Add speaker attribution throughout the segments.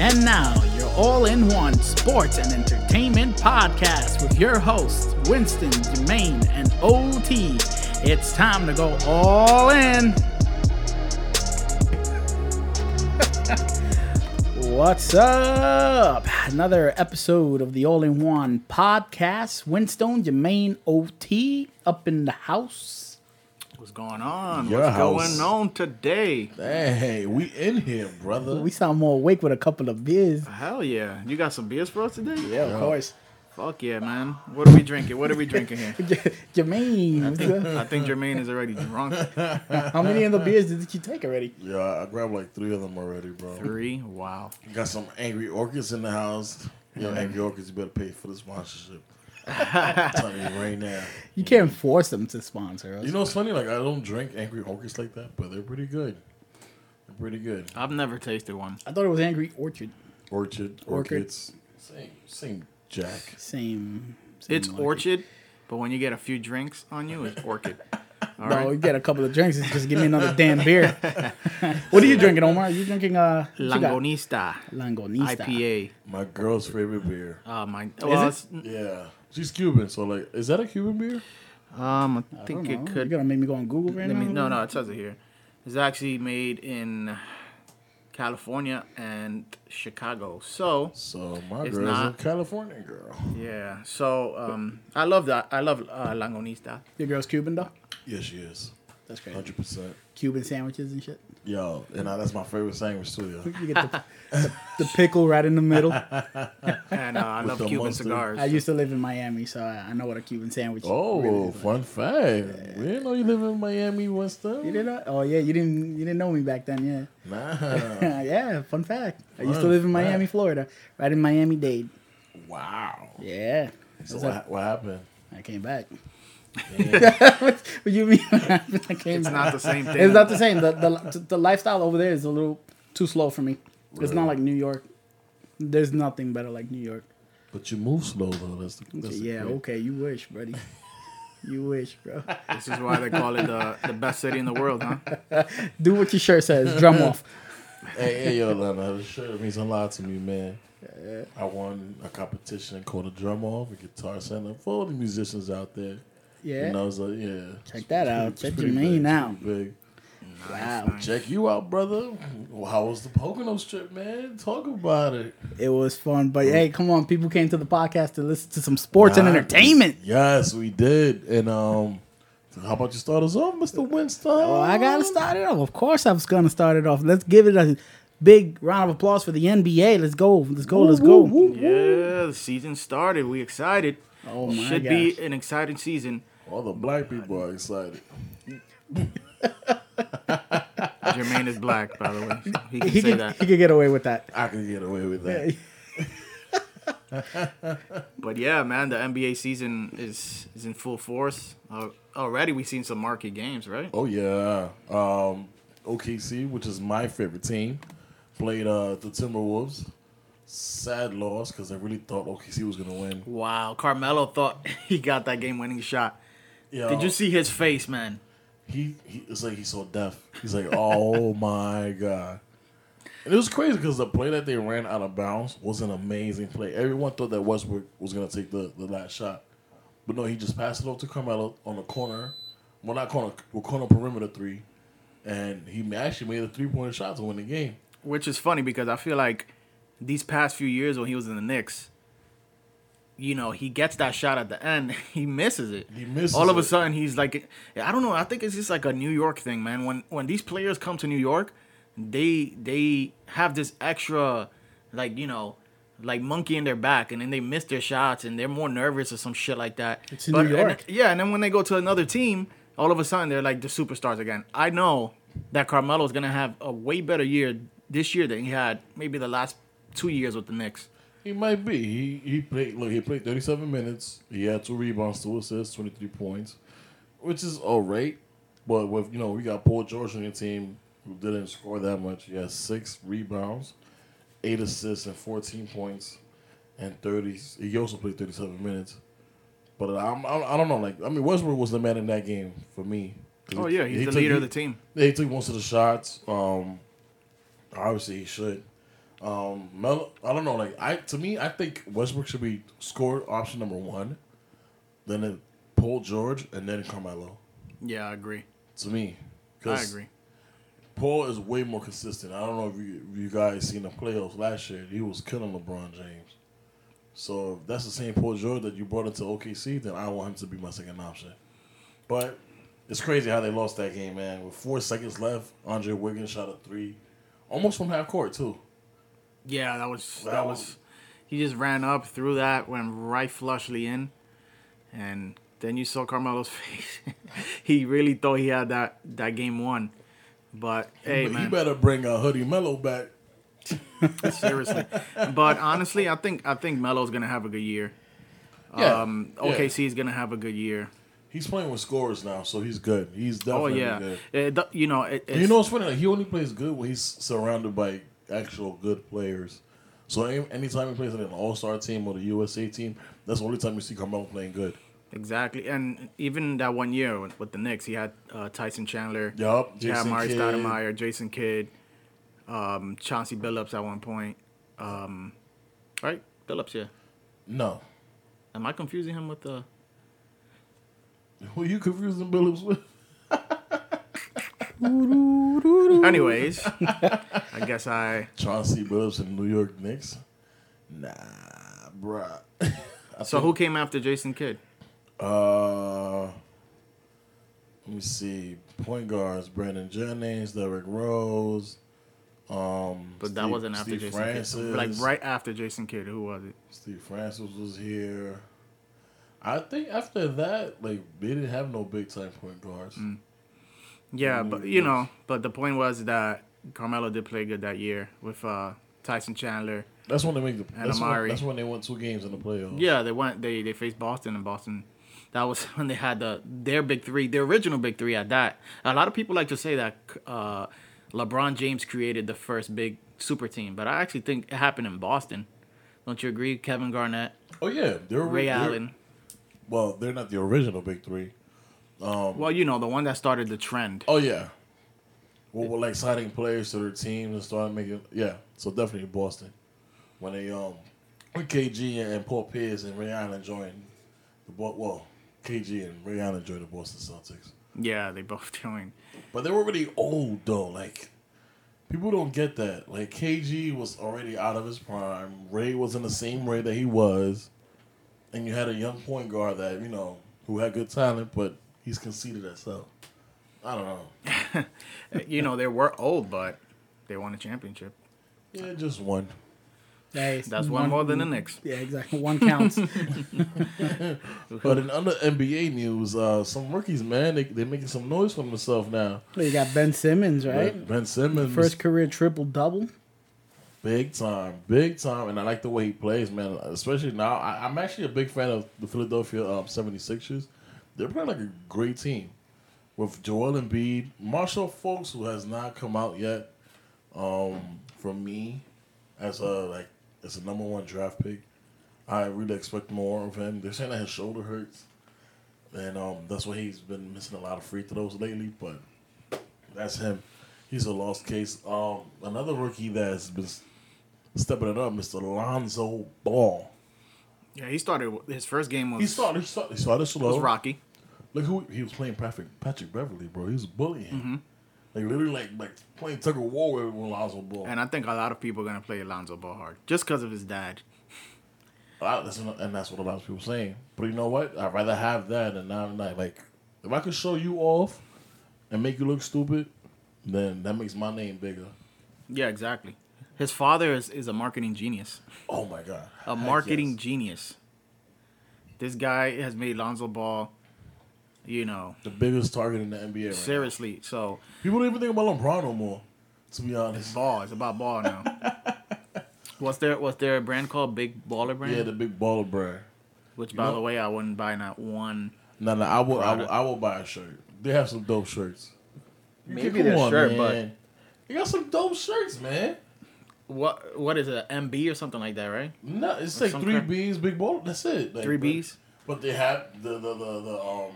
Speaker 1: And now, your all in one sports and entertainment podcast with your hosts, Winston, Jermaine, and OT. It's time to go all in. What's up? Another episode of the All in One podcast. Winstone, Jermaine, OT up in the house.
Speaker 2: What's going on?
Speaker 3: Your
Speaker 2: What's
Speaker 3: house.
Speaker 2: going on today?
Speaker 3: Hey, we in here, brother.
Speaker 1: We sound more awake with a couple of beers.
Speaker 2: Hell yeah. You got some beers for us today?
Speaker 1: Yeah, of course.
Speaker 2: Fuck yeah, man. What are we drinking? What are we drinking here?
Speaker 1: Jermaine, what's up?
Speaker 2: I think Jermaine is already drunk.
Speaker 1: how many of the beers did you take already?
Speaker 3: yeah, I- I grabbed like three of them already, bro.
Speaker 2: Three. Wow.
Speaker 3: Got some angry orchids in the house. Yo, angry orchids, you better pay for the sponsorship. I'm telling you right now.
Speaker 1: You can't force them to sponsor us.
Speaker 3: You know what's funny? Like I don't drink angry orchids like that, but they're pretty good. They're pretty good.
Speaker 2: I've never tasted one.
Speaker 1: I thought it was Angry Orchard.
Speaker 3: Orchid, orchids, same, same jack.
Speaker 1: Same. same
Speaker 2: It's
Speaker 1: like-
Speaker 2: orchid, but when you get a few drinks on you, it's orchid. All
Speaker 1: No,
Speaker 2: right.
Speaker 1: you get a couple of drinks. it's Just give me another damn beer. what are you drinking, Omar? You drinking uh what you got?
Speaker 2: Langonista
Speaker 1: Langonista.
Speaker 2: IPA.
Speaker 3: My girl's favorite beer.
Speaker 2: Oh my. Well,
Speaker 1: Is
Speaker 2: it's,
Speaker 3: Yeah, she's Cuban, so like, is that a Cuban beer?
Speaker 2: um,
Speaker 1: I
Speaker 2: I
Speaker 1: don't
Speaker 2: think it
Speaker 1: know.
Speaker 2: could.
Speaker 1: You're gonna make me go on Google right
Speaker 2: Let
Speaker 1: now.
Speaker 2: me, no, no, it says it here. It's actually made in California and Chicago. So
Speaker 3: So my
Speaker 2: It's
Speaker 3: girl's
Speaker 2: not.
Speaker 3: a California girl.
Speaker 2: yeah, so um, I love that. I love uh, langonista.
Speaker 1: Your girl's Cuban though.
Speaker 3: Yes, she is.
Speaker 1: That's crazy.
Speaker 3: Hundred percent.
Speaker 1: Cuban sandwiches and shit.
Speaker 3: Yo, and now that's my favorite sandwich too, yo.
Speaker 1: You get the, the, the pickle right in the middle.
Speaker 2: and uh, I love
Speaker 3: the
Speaker 2: Cuban
Speaker 3: mustard.
Speaker 2: cigars.
Speaker 1: I used to live in Miami, so I, I know what a Cuban sandwich. really
Speaker 3: Oh,
Speaker 1: is.
Speaker 3: fun fact. We didn't know you live in Miami, Winston.
Speaker 1: you didn't? Oh yeah, you didn't. You didn't know me back then, yeah.
Speaker 3: Nah.
Speaker 1: yeah, fun fact. I used to
Speaker 3: Fun
Speaker 1: live in Miami,
Speaker 3: fact.
Speaker 1: Florida, right in Miami Dade.
Speaker 3: wow.
Speaker 1: Yeah.
Speaker 3: So what, what happened?
Speaker 1: I came back. what what you mean? what happened? I came
Speaker 2: it's
Speaker 1: back.
Speaker 2: not the same thing.
Speaker 1: It's not the same. The, the the lifestyle over there is a little too slow for me. It's not
Speaker 3: Really?
Speaker 1: like New York. There's nothing better like New York.
Speaker 3: But you move slow though. That's the, that's the
Speaker 1: yeah,
Speaker 3: thing.
Speaker 1: okay, you wish, buddy. you wish, bro.
Speaker 2: this is why they call it the, the best city in the world, huh?
Speaker 1: Do what your shirt says. Drum off.
Speaker 3: Hey, hey, yo, Lana, this shirt means a lot to me, man. I won a competition called a drum off, a guitar center for all the musicians out there.
Speaker 1: Yeah.
Speaker 3: And I was like, yeah.
Speaker 1: Check that out.
Speaker 3: It's
Speaker 1: Check
Speaker 3: pretty
Speaker 1: your
Speaker 3: big.
Speaker 1: name
Speaker 3: It's
Speaker 1: out.
Speaker 3: pretty Big.
Speaker 1: Wow.
Speaker 3: Check you out, brother. Well, how was the Pocono trip, man? Talk about it.
Speaker 1: It was fun, but hey, come on, people came to the podcast to listen to some sports and
Speaker 3: Nah,
Speaker 1: entertainment.
Speaker 3: Yes, we did. And um, how about you start us off, Mr. Winston?
Speaker 1: Oh, I gotta start it off. Of course, I was gonna start it off. Let's give it a big round of applause for the NBA. Let's go. Let's go. Let's go.
Speaker 2: Yeah, the season started. We excited.
Speaker 1: Oh, my
Speaker 2: Should
Speaker 1: gosh.
Speaker 2: be an exciting season.
Speaker 3: All the black people are excited.
Speaker 2: Jermaine is black, by the way. so he can
Speaker 1: He
Speaker 2: say
Speaker 1: could,
Speaker 2: that.
Speaker 1: he could get away with that.
Speaker 3: I can get away with that.
Speaker 2: But yeah, man, the NBA season is is in full force. Uh, already, we've seen some marquee games, right?
Speaker 3: Oh yeah. Um, OKC, which is my favorite team, played uh, the Timberwolves. Sad loss because I really thought OKC was gonna win.
Speaker 2: Wow, Carmelo thought he got that game-winning shot.
Speaker 3: Yo,
Speaker 2: Did you see his face, man?
Speaker 3: He, he it's like he's so deaf. He's like, oh my god. And it was crazy because the play that they ran out of bounds was an amazing play. Everyone thought that Westbrook was gonna take the, the last shot, but no, he just passed it off to Carmelo on the corner, well not corner, well corner perimeter three, and he actually made a three point shot to win the game.
Speaker 2: Which is funny because I feel like these past few years when he was in the Knicks, you know, he gets that shot at the end, he misses it.
Speaker 3: He misses
Speaker 2: All of a
Speaker 3: it.
Speaker 2: sudden, he's like, I don't know. I think it's just like a New York thing, man. When when these players come to New York, they they have this extra, like you know, like monkey in their back, and then they miss their shots, and they're more nervous or some shit like that.
Speaker 1: It's in
Speaker 2: But-
Speaker 1: New
Speaker 2: and-
Speaker 1: York.
Speaker 2: yeah, and then when they go to another team, all of a sudden they're like the superstars again. I know that Carmelo is gonna have a way better year this year than he had maybe the last two years with the Knicks.
Speaker 3: He might be. He he played look, he played thirty seven minutes. He had two rebounds, two assists, twenty three points, which is alright. But with you know, we got Paul George on your team who didn't score that much. He has six rebounds, eight assists and fourteen points and thirty he also played thirty seven minutes. But I'm, I I don't know. Like I mean, Westbrook was the man in that game for me. 'Cause
Speaker 2: Oh
Speaker 3: he-
Speaker 2: yeah, he's
Speaker 3: he
Speaker 2: the
Speaker 3: took-
Speaker 2: leader of
Speaker 3: he-
Speaker 2: the team.
Speaker 3: yeah, he took most of the shots. Um, obviously, he should. Um, Mel, I don't know. Like I, to me, I think Westbrook should be scored option number one, then it- Paul George, and then Carmelo.
Speaker 2: Yeah, I agree.
Speaker 3: To me,
Speaker 2: I
Speaker 3: 'Cause
Speaker 2: agree.
Speaker 3: Paul is way more consistent. I don't know if you, if you guys seen the playoffs last year. He was killing LeBron James. So if that's the same Paul George that you brought into OKC, then I want him to be my second option. But it's crazy how they lost that game, man. With four seconds left, Andre Wiggins shot a three, almost from half court too.
Speaker 2: Yeah, that was that,
Speaker 3: That
Speaker 2: was,
Speaker 3: was-
Speaker 2: He just ran up, threw that, went right flushly in, and then you saw Carmelo's face. he really thought he had that that game won, but hey,
Speaker 3: But
Speaker 2: man,
Speaker 3: you better bring a hoodie Mello back.
Speaker 2: seriously. But honestly, I think I think Melo's gonna have a good year.
Speaker 3: Yeah.
Speaker 2: Um,
Speaker 3: yeah.
Speaker 2: OKC is gonna have a good year.
Speaker 3: He's playing with scorers now, so he's good. He's
Speaker 2: Oh
Speaker 3: definitely
Speaker 2: yeah,
Speaker 3: good.
Speaker 2: It- th- you know it, it's,
Speaker 3: You know what's funny? Like, he only plays good when he's surrounded by actual good players. So any, anytime he plays on an All Star team or the USA team, that's the only time you see Carmelo playing good.
Speaker 2: exactly. And even that one year with, with the Knicks, he had uh, Tyson Chandler.
Speaker 3: Yup,
Speaker 2: He had
Speaker 3: Jason
Speaker 2: Mari
Speaker 3: Kidd.
Speaker 2: Stoudemire, Jason Kidd, um, Chauncey Billups at one point. Um, right, Billups. Yeah.
Speaker 3: No,
Speaker 2: Am I confusing him with uh, the?
Speaker 3: who you confusing Billups with?
Speaker 2: Anyways, I guess I.
Speaker 3: Chauncey Billups and New York Knicks? Nah, bruh.
Speaker 2: So who came after Jason Kidd?
Speaker 3: Uh, let me see. Point guards: Brandon Jennings, Derrick Rose. Um,
Speaker 2: But that
Speaker 3: Steve-
Speaker 2: wasn't after
Speaker 3: Steve
Speaker 2: Jason
Speaker 3: Francis.
Speaker 2: Kidd. Like right after Jason Kidd, who was it?
Speaker 3: Steve Francis was here. I think after that, like they didn't have no big time point guards.
Speaker 2: Mm. Yeah, but you know, but the point was that Carmelo did play good that year with uh, Tyson Chandler.
Speaker 3: That's when they make the.
Speaker 2: And
Speaker 3: That's when,
Speaker 2: Amari.
Speaker 3: that's when they won two games in the playoffs.
Speaker 2: Yeah, they went. They they faced Boston, and Boston. That was when they had the their big three, their original big three at that. A lot of people like to say that uh, LeBron James created the first big super team, but I actually think it happened in Boston. Don't you agree? Kevin Garnett,
Speaker 3: Oh yeah, they're
Speaker 2: Ray
Speaker 3: they're-
Speaker 2: Allen.
Speaker 3: Well, they're not the original big three.
Speaker 2: Well, you know the one that started the trend.
Speaker 3: Oh yeah. Well, well, like signing players to their team and starting making yeah. So definitely Boston when they um when KG and Paul Pierce and Ray Allen joined the Bo- well KG and Ray Allen joined the Boston Celtics.
Speaker 2: Yeah, they both doing.
Speaker 3: But they were already old though. Like people don't get that. Like KG was already out of his prime. Ray was in the same Ray that he was, and you had a young point guard that you know who had good talent, but he's conceited as hell. I don't know.
Speaker 2: You know they were old, but they won a championship.
Speaker 3: Yeah, just one.
Speaker 1: Hey, it's
Speaker 2: That's one more than the Knicks.
Speaker 1: Yeah, exactly. One counts.
Speaker 3: But in other NBA news, uh, some rookies, man, they they making some noise for themselves now.
Speaker 1: you got Ben Simmons, right?
Speaker 3: Ben- Ben Simmons,
Speaker 1: First career triple double.
Speaker 3: big time, big time, and I like the way he plays, man. Especially now, I, I'm actually a big fan of the Philadelphia um, 76ers. They're playing like a great team with Joel Embiid, Marshall Folks, who has not come out yet. Um, from me, as a like as a number one draft pick, I really expect more of him. They're saying that his shoulder hurts, and um, that's why he's been missing a lot of free throws lately. But that's him. He's a lost case. Um, another rookie that's been s- stepping it up, Mr. Lonzo Ball.
Speaker 2: Yeah, he started. His first game was
Speaker 3: He started. He started, he started slow.
Speaker 2: was rocky.
Speaker 3: Look who he was playing. Patrick Patrick Beverly, bro. He was bullying.
Speaker 2: Mm-hmm.
Speaker 3: him. Like literally, like like playing tug of war with Lonzo Ball.
Speaker 2: And I think a lot of people are gonna play Alonzo Ball hard just because of his dad.
Speaker 3: A lot- that's what- and that's what a lot of people saying. But you know what? I'd rather have that than not like like if I could show you off and make you look stupid, then that makes my name bigger.
Speaker 2: Yeah, exactly. His father is, is a marketing genius.
Speaker 3: Oh my god.
Speaker 2: A
Speaker 3: Heck
Speaker 2: marketing
Speaker 3: yes.
Speaker 2: genius. This guy has made Lonzo Ball, you know,
Speaker 3: the biggest target in the NBA. Right now.
Speaker 2: seriously. So
Speaker 3: People don't even think about LeBron no more. To be honest,
Speaker 2: ball, it's about ball now. what's their what's their brand called? Big Baller Brand?
Speaker 3: yeah, the big baller brand.
Speaker 2: Which by
Speaker 3: know-
Speaker 2: the way I wouldn't buy not one.
Speaker 3: No, no, I will, I will,
Speaker 2: Product.
Speaker 3: I will buy a shirt. They have some dope shirts. You
Speaker 2: Maybe
Speaker 3: can-
Speaker 2: their
Speaker 3: come on,
Speaker 2: shirt, but-
Speaker 3: man. they got some dope shirts, man.
Speaker 2: What what is it? MB or something like that, right?
Speaker 3: No, it's like
Speaker 2: some
Speaker 3: three
Speaker 2: crap.
Speaker 3: B's, big ball. That's it. Like,
Speaker 2: Three
Speaker 3: but-
Speaker 2: Bs?
Speaker 3: But they have the the the, the um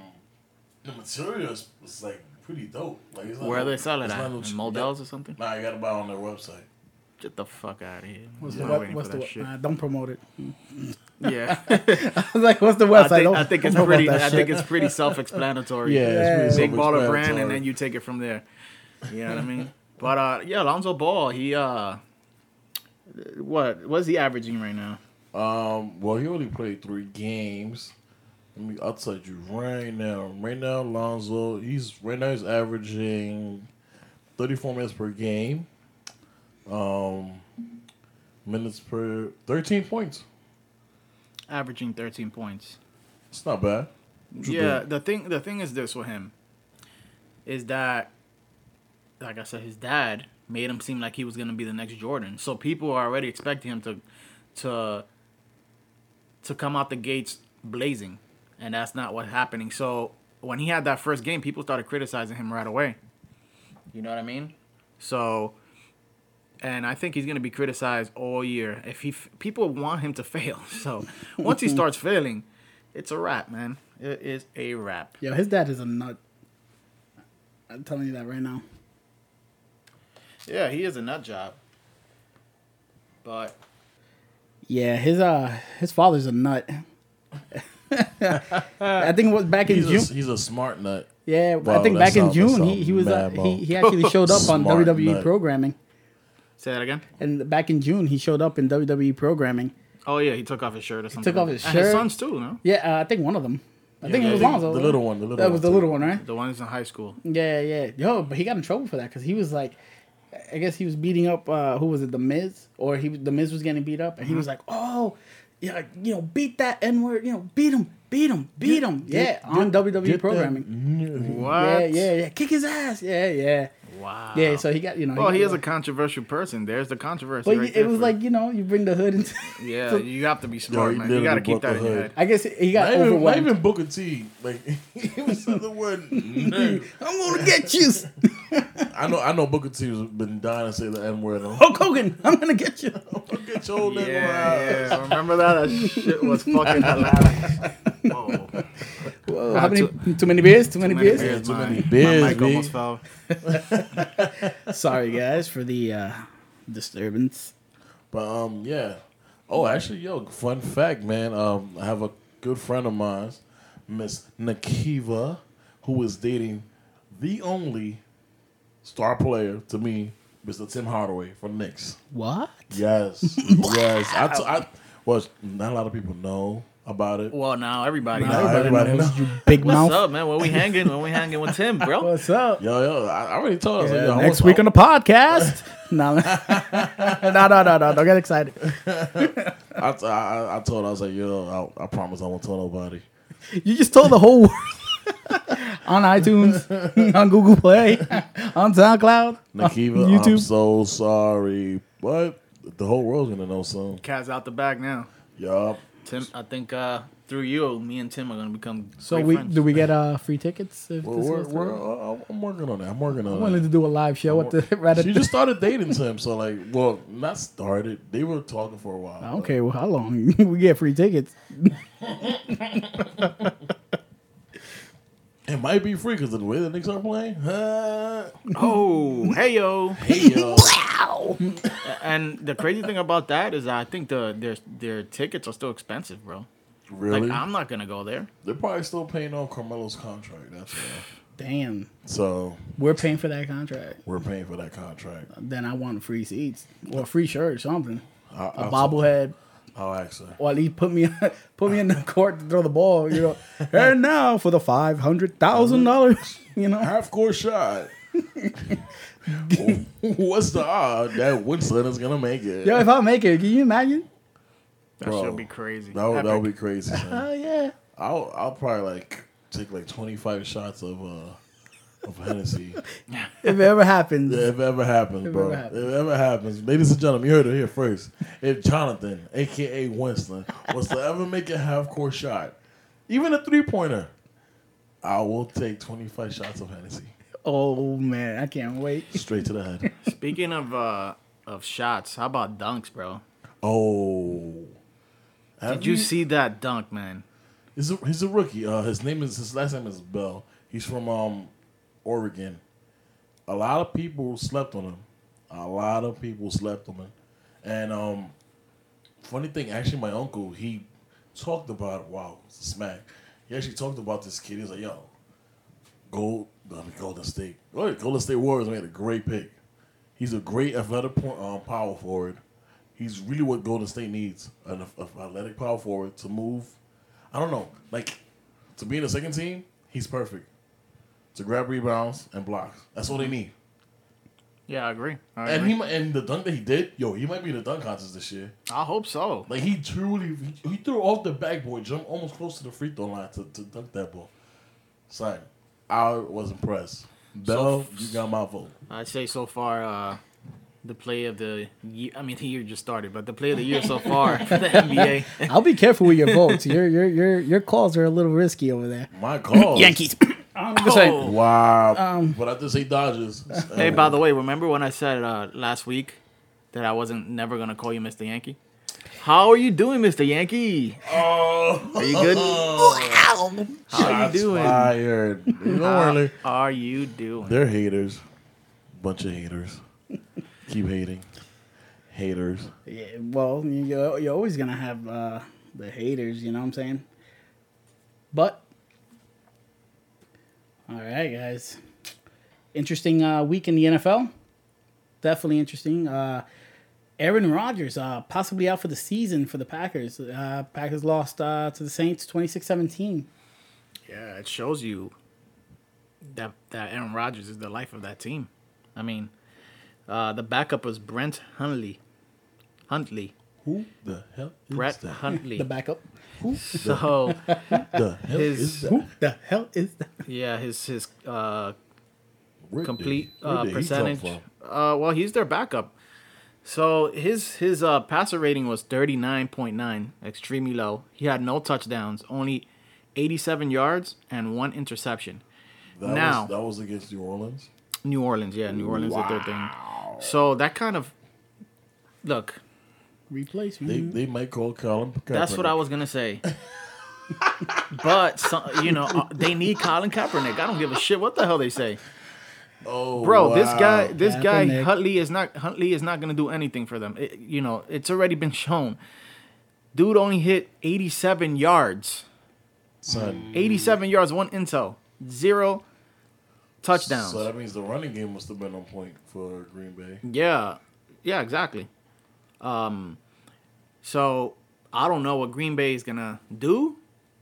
Speaker 3: the materials. It's like pretty dope. Like it's not
Speaker 2: Where
Speaker 3: no-
Speaker 2: they sell it
Speaker 3: it's
Speaker 2: at?
Speaker 3: not no
Speaker 2: In
Speaker 3: ch-
Speaker 2: Modell's or something?
Speaker 3: Nah, you gotta buy it on their website.
Speaker 2: Get the fuck out of here.
Speaker 1: What's
Speaker 2: I'm
Speaker 1: the,
Speaker 2: not
Speaker 1: web-
Speaker 2: waiting
Speaker 1: what's
Speaker 2: for
Speaker 1: the
Speaker 2: that
Speaker 1: web-
Speaker 2: shit.
Speaker 1: nah, don't promote it.
Speaker 2: Yeah.
Speaker 1: I was like, what's the website?
Speaker 2: I think,
Speaker 1: Don't-
Speaker 2: I think it's
Speaker 1: don't promote
Speaker 2: pretty.
Speaker 1: that
Speaker 2: I think
Speaker 1: shit.
Speaker 2: it's pretty self-explanatory.
Speaker 3: Yeah, it's pretty
Speaker 2: big baller brand, and
Speaker 3: self-explanatory.
Speaker 2: then you take it from there. You know what I mean? But uh, yeah, Alonzo Ball. He uh, what what's he averaging right now?
Speaker 3: Um, well, he only played three games. I mean, I'll tell you right now. Right now, Lonzo, he's right now he's averaging thirty-four minutes per game. Um, minutes per thirteen points.
Speaker 2: Averaging 13 points.
Speaker 3: It's not bad. It's
Speaker 2: Yeah,
Speaker 3: good.
Speaker 2: the thing the thing is this with him is that like I said, his dad made him seem like he was gonna be the next Jordan. So people are already expecting him to to to come out the gates blazing. And that's not what's happening. So when he had that first game, people started criticizing him right away. You know what I mean? So and I think he's going to be criticized all year. If he f- people want him to fail, so once he starts failing, it's a wrap, man. It is a wrap.
Speaker 1: Yo, his dad is a nut. I'm telling you that right now.
Speaker 2: Yeah, he is a nut job. But
Speaker 1: Yeah, his uh, his father's a nut. I think it was back in
Speaker 3: He's
Speaker 1: June.
Speaker 3: a, he's a smart nut.
Speaker 1: Yeah, I
Speaker 3: Wow,
Speaker 1: think
Speaker 3: that
Speaker 1: back in
Speaker 3: sound- that
Speaker 1: June he,
Speaker 3: sound
Speaker 1: he was uh,
Speaker 3: mad, bro.
Speaker 1: he, he actually showed up on
Speaker 3: Smart
Speaker 1: WWE
Speaker 3: nut.
Speaker 1: programming,
Speaker 2: say that again.
Speaker 1: and back in June he showed up in WWE programming.
Speaker 2: Oh yeah, he took off his shirt or something.
Speaker 1: took off
Speaker 2: like
Speaker 1: his
Speaker 2: that.
Speaker 1: shirt.
Speaker 2: And his sons too, no?
Speaker 1: Yeah, uh, I think one of them. I think
Speaker 3: yeah,
Speaker 1: it was
Speaker 3: I think
Speaker 1: Lonzo.
Speaker 3: the little one, the little
Speaker 1: that
Speaker 3: one
Speaker 1: was the
Speaker 3: too.
Speaker 1: little one, right?
Speaker 2: The one that's in high school.
Speaker 1: Yeah, yeah. Yo, but he got in trouble for that because he was like, I guess he was beating up. Uh, who was it? The Miz, or he was- the Miz was getting beat up, and he
Speaker 3: Mm-hmm.
Speaker 1: was like, "Oh, yeah, you know, beat that N word. You know, beat him, beat him, beat him. Yeah, on WWE
Speaker 3: Get that-
Speaker 1: programming.
Speaker 2: What?
Speaker 1: Yeah, yeah, yeah. Kick his ass. Yeah, yeah,
Speaker 2: Wow.
Speaker 1: yeah. So he got you know.
Speaker 2: well,
Speaker 1: got
Speaker 2: he is a
Speaker 1: like-
Speaker 2: controversial person. There's the controversy.
Speaker 1: But
Speaker 2: right
Speaker 1: it
Speaker 2: there
Speaker 1: was
Speaker 2: for
Speaker 1: like you know, you bring the hood into.
Speaker 2: you. yeah, you have to be smart,
Speaker 3: he
Speaker 2: man. You
Speaker 3: literally
Speaker 2: got to keep
Speaker 3: broke
Speaker 2: that
Speaker 3: the
Speaker 2: in your
Speaker 3: hood.
Speaker 2: head.
Speaker 1: I guess he got
Speaker 3: Not even, not
Speaker 1: overwhelmed.
Speaker 3: even Booker T. Like he was said the word. nut.
Speaker 1: I'm gonna get you,
Speaker 3: I know. I know Booker T. has been dying to say the N word.
Speaker 1: Hulk Hogan. I'm gonna get you.
Speaker 3: Get your old
Speaker 2: Yeah,
Speaker 3: nigga out.
Speaker 2: yeah. Remember that? That shit was fucking hilarious. Whoa.
Speaker 1: Whoa,
Speaker 2: Uh,
Speaker 1: Oh, how many? Too,
Speaker 2: too-
Speaker 1: many beers? Too many,
Speaker 2: Too many
Speaker 1: beers?
Speaker 2: beers,
Speaker 3: Too
Speaker 2: my-
Speaker 3: many
Speaker 2: My
Speaker 3: beers,
Speaker 2: mic
Speaker 3: B.
Speaker 2: almost fell.
Speaker 1: Sorry guys for the uh, disturbance.
Speaker 3: But um, yeah. Oh, actually, yo, fun fact, man. Um, I have a good friend of mine, Miss Nakiva, who was dating the only star player to me, Mr. Tim Hardaway from Knicks.
Speaker 1: What?
Speaker 3: Yes, yes. I, t- I well, not a lot of people know about it.
Speaker 2: Well, now everybody.
Speaker 1: Nah,
Speaker 2: knows.
Speaker 3: everybody
Speaker 1: everybody knows
Speaker 3: knows.
Speaker 1: you big
Speaker 2: What's
Speaker 1: mouth.
Speaker 2: up, man? Where we hanging? Where we hanging with Tim, bro?
Speaker 1: What's up? Uh,
Speaker 3: Yo, yo, I, I already told her. I was like, yo, I
Speaker 1: Next
Speaker 3: want-
Speaker 1: week on the podcast. no, no, no, no, no. Don't get excited.
Speaker 3: I, I, I, I told her, I was like, yo, I, I promise I won't tell nobody.
Speaker 1: You just told the whole world on iTunes, on Google Play, on SoundCloud, on
Speaker 3: Nakiva, I'm
Speaker 1: YouTube.
Speaker 3: so sorry, but the whole world's gonna know soon.
Speaker 2: Cat's out the bag now.
Speaker 3: Yup.
Speaker 2: Tim, I think uh, through you, me and Tim are gonna become.
Speaker 1: So
Speaker 2: great
Speaker 1: we
Speaker 2: friends.
Speaker 1: do we get uh, free tickets? If
Speaker 3: Well,
Speaker 1: this
Speaker 3: we're,
Speaker 1: goes
Speaker 3: we're,
Speaker 1: through?
Speaker 3: uh, I'm working on it. I'm working
Speaker 1: I
Speaker 3: on
Speaker 1: wanted
Speaker 3: it.
Speaker 1: to do a live show at the right at
Speaker 3: She just started dating Tim, so like, well, not started. They were talking for a while.
Speaker 1: I don't care well, how long we get free tickets.
Speaker 3: It might be free because of the way the Knicks are playing. Huh?
Speaker 2: Oh, hey yo!
Speaker 3: Hey, yo.
Speaker 2: And the crazy thing about that is, I think the their their tickets are still expensive, bro.
Speaker 3: really?
Speaker 2: Like I'm not gonna go there.
Speaker 3: They're probably still paying on Carmelo's contract. That's all.
Speaker 1: Damn,
Speaker 3: So
Speaker 1: we're paying for that contract.
Speaker 3: we're paying for that contract.
Speaker 1: Then I want free seats or a free shirt, or something,
Speaker 3: I,
Speaker 1: a
Speaker 3: I'll-
Speaker 1: bobblehead.
Speaker 3: I'll ask her.
Speaker 1: or at least put me put me in the court to throw the ball. You know, and now for the five hundred thousand dollars. You know,
Speaker 3: half court shot. What's the odd that Winston is gonna make it?
Speaker 1: yo, if I make it, can you imagine?
Speaker 2: That
Speaker 3: Bro,
Speaker 2: should be crazy.
Speaker 3: that would, that
Speaker 2: Epic.
Speaker 3: would be crazy.
Speaker 1: Oh
Speaker 3: Son.
Speaker 1: yeah,
Speaker 3: I'll I'll probably like take like twenty five shots of uh of Hennessy
Speaker 1: if it ever happens.
Speaker 3: if it ever happens,
Speaker 1: If it
Speaker 3: bro.
Speaker 1: ever happens.
Speaker 3: If it ever happens, ladies and gentlemen, you heard it here first. If Jonathan, aka Winston, was to ever make a half court shot, even a three pointer, I will take twenty five shots of Hennessy
Speaker 1: Oh man, I can't wait.
Speaker 3: straight to the head.
Speaker 2: Speaking of uh of shots, how about dunks, bro?
Speaker 3: Oh. Have
Speaker 2: Did you see that dunk, man?
Speaker 3: He's a, he's a rookie. Uh, his name is his last name is Bell. He's from um, Oregon. A lot of people slept on him. A lot of people slept on him. And um, funny thing, actually, my uncle he talked about wow smack. He actually talked about this kid. He's like, yo, Gold, I mean, Golden State, Golden Golden State Warriors made a great pick. He's a great athletic point, um, power forward. He's really what Golden State needs an ath- athletic power forward to move. I don't know, like to be in the second team, he's perfect. To grab rebounds and blocks. That's all they need.
Speaker 2: Yeah, I agree. I,
Speaker 3: And
Speaker 2: agree.
Speaker 3: he mi- and the dunk that he did, yo, he might be in the dunk contest this year.
Speaker 2: I hope so.
Speaker 3: Like he truly, he threw off the backboard, jumped almost close to the free throw line to, to dunk that ball. Son, I was impressed. Bell, you got my vote.
Speaker 2: I'd say so far, uh, the play of the year. I mean, the year just started, but the play of the year so far for the NBA.
Speaker 1: I'll be careful with your votes. Your your your your calls are a little risky over there.
Speaker 3: My God,
Speaker 1: I'm just saying.
Speaker 3: Wow.
Speaker 2: Um,
Speaker 3: but I did say Dodgers.
Speaker 2: Oh. Hey, by the way, remember when I said uh, last week that I wasn't never gonna call you Mr. Yankee? How are you doing, Mr. Yankee?
Speaker 3: oh,
Speaker 2: Are you good? How are you
Speaker 3: shots
Speaker 2: doing?
Speaker 3: fired. Don't worry,
Speaker 2: How are you doing?
Speaker 3: they're haters. Bunch of haters. Keep hating. Haters.
Speaker 1: Yeah, well, you- you're, you're always gonna have uh, the haters. You know what I'm saying? But all right, guys. Interesting uh, week in the NFL. Definitely interesting. Uh, Aaron Rodgers uh, possibly out for the season for the Packers. Uh, Packers lost uh, to the Saints 26-17.
Speaker 2: Yeah, it shows you that that Aaron Rodgers is the life of that team. I mean, uh, the backup was Brent Huntley. Huntley.
Speaker 3: Who the hell is
Speaker 2: Brett
Speaker 3: that?
Speaker 2: Huntley.
Speaker 1: The backup.
Speaker 2: so
Speaker 3: the hell
Speaker 2: his-
Speaker 3: is that?
Speaker 1: Who the hell is that?
Speaker 2: yeah, his his uh,
Speaker 3: Where did-
Speaker 2: complete
Speaker 3: where
Speaker 2: uh,
Speaker 3: did he come
Speaker 2: percentage.
Speaker 3: from?
Speaker 2: Uh, well, he's their backup. So his his uh, passer rating was thirty nine point nine, extremely low. He had no touchdowns, only eighty seven yards and one interception.
Speaker 3: That
Speaker 2: Now-
Speaker 3: was, that was against New Orleans.
Speaker 2: New Orleans, yeah, New Orleans did their thing. So that kind of look.
Speaker 1: Replace
Speaker 3: They
Speaker 1: me.
Speaker 3: they might call Colin. Kaepernick.
Speaker 2: That's what I was gonna say. but some, you know uh, they need Colin Kaepernick. I don't give a shit what the hell they say,
Speaker 3: Oh,
Speaker 2: bro. This
Speaker 3: wow.
Speaker 2: guy, this guy
Speaker 1: Kaepernick.
Speaker 2: Huntley is not Huntley is not gonna do anything for them. It- you know, it's already been shown. Dude only hit 87 yards,
Speaker 3: son.
Speaker 2: 87 yards, one intel, zero touchdowns.
Speaker 3: So that means the running game must have been on point for Green Bay.
Speaker 2: Yeah, yeah, exactly. Um, so I don't know what Green Bay is gonna do,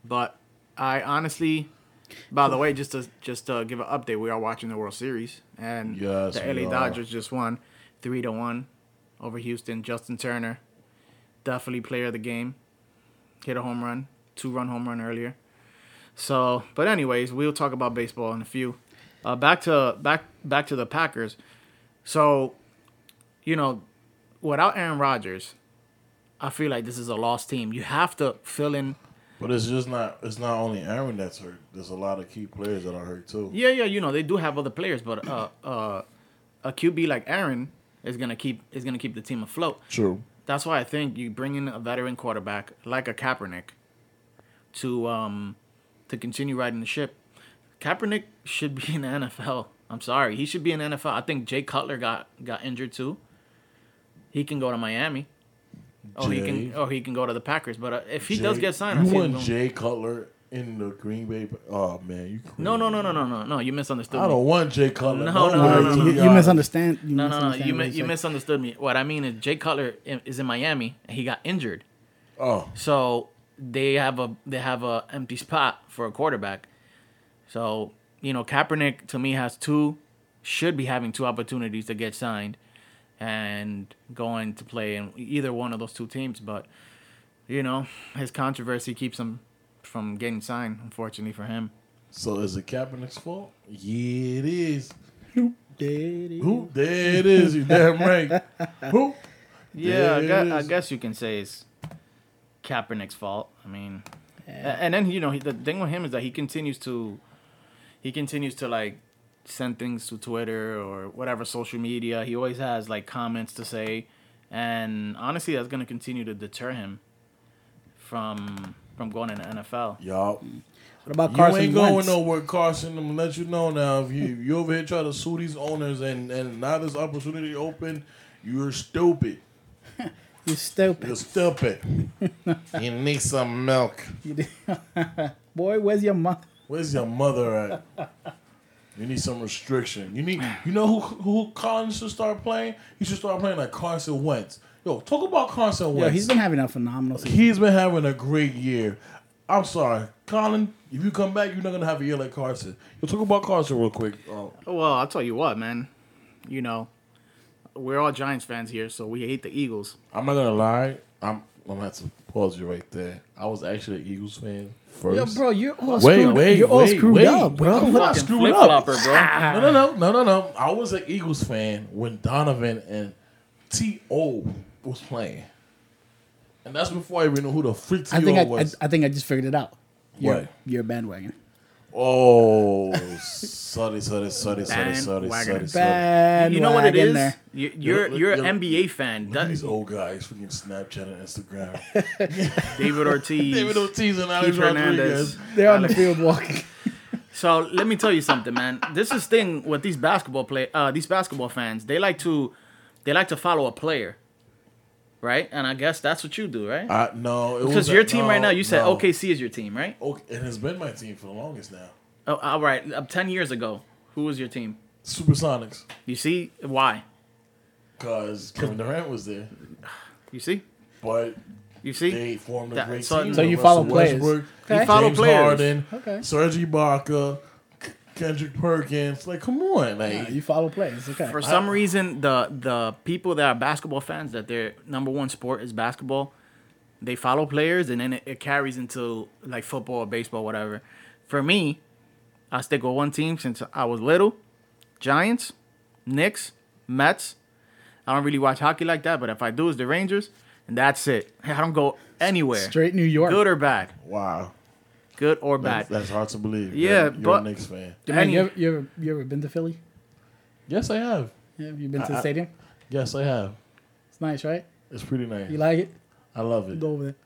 Speaker 2: but I honestly, by the way, just to just to give an update, we are watching the World Series, and
Speaker 3: Yes,
Speaker 2: the
Speaker 3: we
Speaker 2: LA
Speaker 3: are.
Speaker 2: Dodgers just won three to one over Houston. Justin Turner, definitely player of the game, hit a home run, two run home run earlier. So, but anyways, we'll talk about baseball in a few. Uh, back to back back to the Packers. So, you know, without Aaron Rodgers, I feel like this is a lost team. You have to fill in.
Speaker 3: But it's just not. It's not only Aaron that's hurt. There's a lot of key players that are hurt too.
Speaker 2: Yeah, yeah, you know they do have other players, but uh, uh, a QB like Aaron is gonna keep is gonna keep the team afloat.
Speaker 3: True.
Speaker 2: That's why I think you bring in a veteran quarterback like a Kaepernick to um to continue riding the ship. Kaepernick should be in the NFL. I'm sorry, he should be in the NFL. I think Jay Cutler got got injured too. He can go to Miami. Oh, he
Speaker 3: Jay.
Speaker 2: can. Oh, he can go to the Packers. But uh, if he does get signed, I
Speaker 3: you
Speaker 2: see him
Speaker 3: want
Speaker 2: going-
Speaker 3: Jay Cutler in the Green Bay. Oh man, you. Crazy.
Speaker 2: No, no, no, no, no, no, no. You misunderstood.
Speaker 3: I
Speaker 2: me.
Speaker 3: don't want Jay Cutler.
Speaker 2: No, no, no,
Speaker 3: way,
Speaker 2: no,
Speaker 3: to
Speaker 2: no,
Speaker 1: you,
Speaker 3: be
Speaker 1: you
Speaker 3: honest.
Speaker 1: misunderstand. You
Speaker 2: No, no, no. You,
Speaker 1: what
Speaker 2: mi-
Speaker 1: he
Speaker 2: you
Speaker 1: said.
Speaker 2: misunderstood me. What I mean is Jay Cutler i- is in Miami and he got injured.
Speaker 3: Oh,
Speaker 2: So they have a they have a empty spot for a quarterback. So you know Kaepernick to me has two, should be having two opportunities to get signed, and going to play in either one of those two teams. But you know his controversy keeps him from getting signed. Unfortunately for him.
Speaker 3: so is it Kaepernick's fault? Yeah, it is.
Speaker 1: Daddy.
Speaker 3: Who? There it is. You damn right. Who?
Speaker 2: Yeah, I
Speaker 3: There
Speaker 2: guess,
Speaker 3: it
Speaker 2: I
Speaker 3: is.
Speaker 2: guess you can say it's Kaepernick's fault. I mean, a- and then you know he, the thing with him is that he continues to, he continues to like send things to Twitter or whatever social media. He always has like comments to say, and honestly, that's gonna continue to deter him from from going in the NFL.
Speaker 3: Y'all,
Speaker 1: What about
Speaker 3: you
Speaker 1: Uh, Carson
Speaker 3: ain't going
Speaker 1: Wentz?
Speaker 3: nowhere, Carson. I'm gonna let you know now. If you you over here try to sue these owners and and now this opportunity open, you're stupid.
Speaker 1: You stupid.
Speaker 3: You're stupid. you need some milk.
Speaker 1: Boy, where's your mother?
Speaker 3: Where's your mother at? You need some restriction. You need. You know who who Collins should start playing? He should start playing like Carson Wentz. Yo, talk about Carson Wentz.
Speaker 1: Yo, he's been having a phenomenal season.
Speaker 3: He's been having a great year. I'm sorry, Colin. If you come back, you're not gonna have a year like Carson. You'll talk about Carson real quick. Oh,
Speaker 2: Well, I'll tell you what, man. You know, we're all Giants fans here, so we hate the Eagles.
Speaker 3: I'm not gonna lie. I'm. I'm gonna have to pause you right there. I was actually an Eagles fan first.
Speaker 1: Yo, bro, you're all
Speaker 3: Wait,
Speaker 1: screwed.
Speaker 3: wait,
Speaker 1: you're all
Speaker 3: wait,
Speaker 1: screwed
Speaker 3: wait.
Speaker 1: up, bro.
Speaker 3: I'm
Speaker 1: What
Speaker 3: not
Speaker 1: the-
Speaker 3: screwing up.
Speaker 4: Flip-flopper, bro.
Speaker 3: No, no, no, no, no, no. I was an Eagles fan when Donovan and T.O. was playing, and that's before I even knew who the freak T.O.
Speaker 1: I think I, I,
Speaker 3: was.
Speaker 1: I think I just figured it out. You're,
Speaker 3: What?
Speaker 1: You're a bandwagon.
Speaker 3: oh, sorry, sorry, sorry, sorry, sorry, sorry,
Speaker 2: Bandwagon.
Speaker 3: sorry.
Speaker 1: Bandwagon.
Speaker 2: You know what it is?
Speaker 1: There.
Speaker 2: You- You're
Speaker 3: Look,
Speaker 2: you're an
Speaker 3: look,
Speaker 2: NBA fan.
Speaker 3: Look at
Speaker 2: That-
Speaker 3: these old guys, freaking Snapchat and Instagram.
Speaker 2: David Ortiz.
Speaker 3: David Ortiz and Alex
Speaker 2: Keith
Speaker 3: Rodriguez.
Speaker 2: Hernandez.
Speaker 1: They're on the field walking.
Speaker 2: So let me tell you something, man. This is thing with these basketball play uh these basketball fans. They like to they like to follow a player. Right? And I guess that's what you do, right?
Speaker 3: I, no, it was
Speaker 2: Because your team
Speaker 3: no,
Speaker 2: right now, you said
Speaker 3: no.
Speaker 2: OKC is your team, right?
Speaker 3: Okay, it has been my team for the longest now.
Speaker 2: Oh, all right. Uh, Ten years ago, who was your team?
Speaker 3: Supersonics,
Speaker 2: You see why?
Speaker 3: because Kevin Durant was there,
Speaker 2: You see?
Speaker 3: but
Speaker 2: You see?
Speaker 3: they formed a
Speaker 2: That-
Speaker 3: great
Speaker 2: so-
Speaker 3: team.
Speaker 2: So
Speaker 3: with
Speaker 1: you follow
Speaker 3: Russell
Speaker 1: players.
Speaker 3: Westbrook,
Speaker 1: Okay. You
Speaker 2: follow
Speaker 3: James
Speaker 2: players.
Speaker 3: Harden,
Speaker 1: Okay.
Speaker 3: Serge Ibaka, K- Kendrick Perkins. Like, come on, like
Speaker 1: You follow plays. Okay.
Speaker 2: For some reason, the the people that are basketball fans, that their number one sport is basketball, they follow players, and then it, it carries into like football, baseball, whatever. For me, I stick with one team since I was little: Giants, Knicks, Mets. I don't really watch hockey like that, but if I do, it's the Rangers, and that's it. I don't go anywhere,
Speaker 1: Straight New York.
Speaker 2: good or bad,
Speaker 3: wow,
Speaker 2: good or
Speaker 3: that's,
Speaker 2: bad.
Speaker 3: that's hard to believe.
Speaker 2: Yeah,
Speaker 3: you're, you're
Speaker 2: but-
Speaker 3: a Knicks
Speaker 1: Man,
Speaker 3: fan.
Speaker 1: you,
Speaker 2: Any-
Speaker 1: ever, you, ever, you ever been to Philly?
Speaker 3: Yes, I have.
Speaker 1: Yeah, you been to
Speaker 3: I-
Speaker 1: the
Speaker 3: I-
Speaker 1: stadium?
Speaker 3: Yes, I have.
Speaker 1: It's nice, right?
Speaker 3: It's pretty nice.
Speaker 1: You like it?
Speaker 3: I love it.
Speaker 1: Go over there.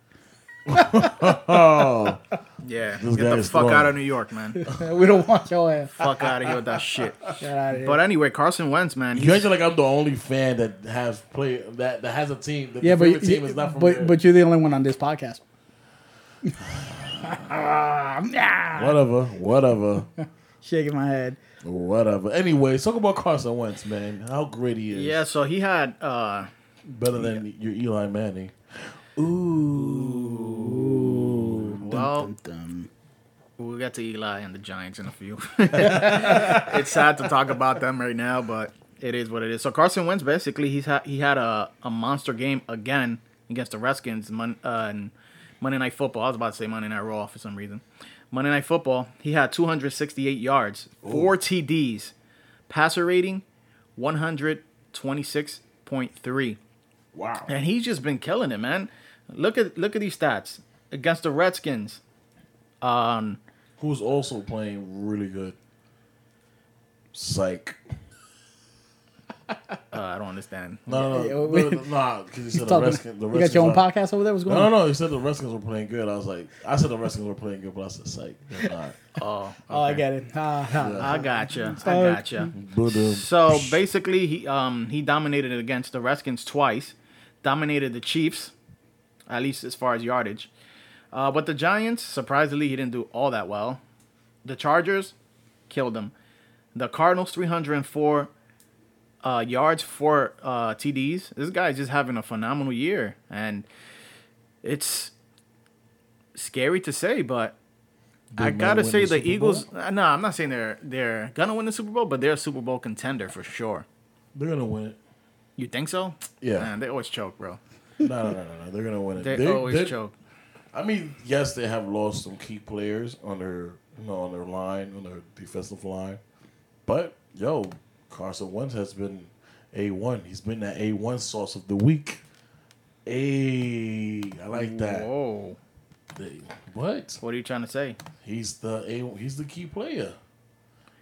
Speaker 3: Oh,
Speaker 2: yeah,
Speaker 3: This guy
Speaker 2: get the
Speaker 3: is
Speaker 2: fuck
Speaker 3: throwing.
Speaker 2: out of New York, man.
Speaker 1: we don't want your ass.
Speaker 2: fuck out of here with that shit.
Speaker 1: Get out of here.
Speaker 2: But anyway, Carson Wentz, man.
Speaker 3: you
Speaker 2: he's-
Speaker 3: acting like I'm the only fan that has play that, that has a team. That
Speaker 1: yeah,
Speaker 3: yeah,
Speaker 1: but,
Speaker 3: the
Speaker 1: you-
Speaker 3: team is not from
Speaker 1: but,
Speaker 3: there.
Speaker 1: but you're the only one on this podcast. Ah,
Speaker 3: whatever, whatever,
Speaker 1: Shaking my head.
Speaker 3: whatever. Anyways, talk about Carson Wentz, man. How great he is.
Speaker 2: Yeah, so he had uh
Speaker 3: better than your Eli Manning.
Speaker 2: well
Speaker 1: Dum.
Speaker 2: we'll get to Eli and the Giants in a few. it's sad to talk about them right now, but it is what it is. So Carson Wentz basically he's had he had a, a monster game again against the Redskins Mon- uh, and Monday Night Football. I was about to say Monday Night Raw for some reason. Monday Night Football, he had 268 yards, 4 TDs, passer rating 126.3.
Speaker 3: Wow.
Speaker 2: and he's just been killing it, man. Look at look at these stats against the Redskins. Um,
Speaker 3: Who's also playing really good. Psych.
Speaker 2: uh, I don't understand.
Speaker 3: No,
Speaker 1: Yeah,
Speaker 3: no,
Speaker 1: we-
Speaker 3: no, no, no, because he said the
Speaker 1: Talking-
Speaker 3: Redskins. The
Speaker 1: you got your own
Speaker 3: Redskins are-
Speaker 1: podcast over there? What's going
Speaker 3: No,
Speaker 1: on?
Speaker 3: no, no. He said the Redskins were playing good. I was like, I said the Redskins were playing good, but I said psych. They're not.
Speaker 2: Oh,
Speaker 1: Oh, I get it. Ah, ah.
Speaker 2: I gotcha. I gotcha.
Speaker 3: Boo-doo.
Speaker 2: So basically, he um he dominated it against the Redskins twice, dominated the Chiefs, at least as far as yardage. Uh, but the Giants, surprisingly, he didn't do all that well. The Chargers killed him. The Cardinals, 304 uh, yards, four uh, TDs. This guy's just having a phenomenal year, and it's scary to say, but I
Speaker 3: they
Speaker 2: gotta
Speaker 3: win
Speaker 2: say
Speaker 3: the
Speaker 2: the
Speaker 3: Super
Speaker 2: Eagles. uh, No, I'm not saying they're they're gonna win the Super Bowl, but they're a Super Bowl contender for sure.
Speaker 3: They're gonna win it.
Speaker 2: You think so?
Speaker 3: Yeah.
Speaker 2: Man, they always choke, bro.
Speaker 3: No, no, no, no, no. They're gonna win it.
Speaker 2: They, always choke.
Speaker 3: I mean, yes, they have lost some key players on their, you know, on their line, on their defensive line, but yo, Carson Wentz has been a one. He's been that a one sauce of the week. Hey, I like that.
Speaker 2: Whoa.
Speaker 3: They- what?
Speaker 2: What are you trying to say?
Speaker 3: He's the a. He's the key player.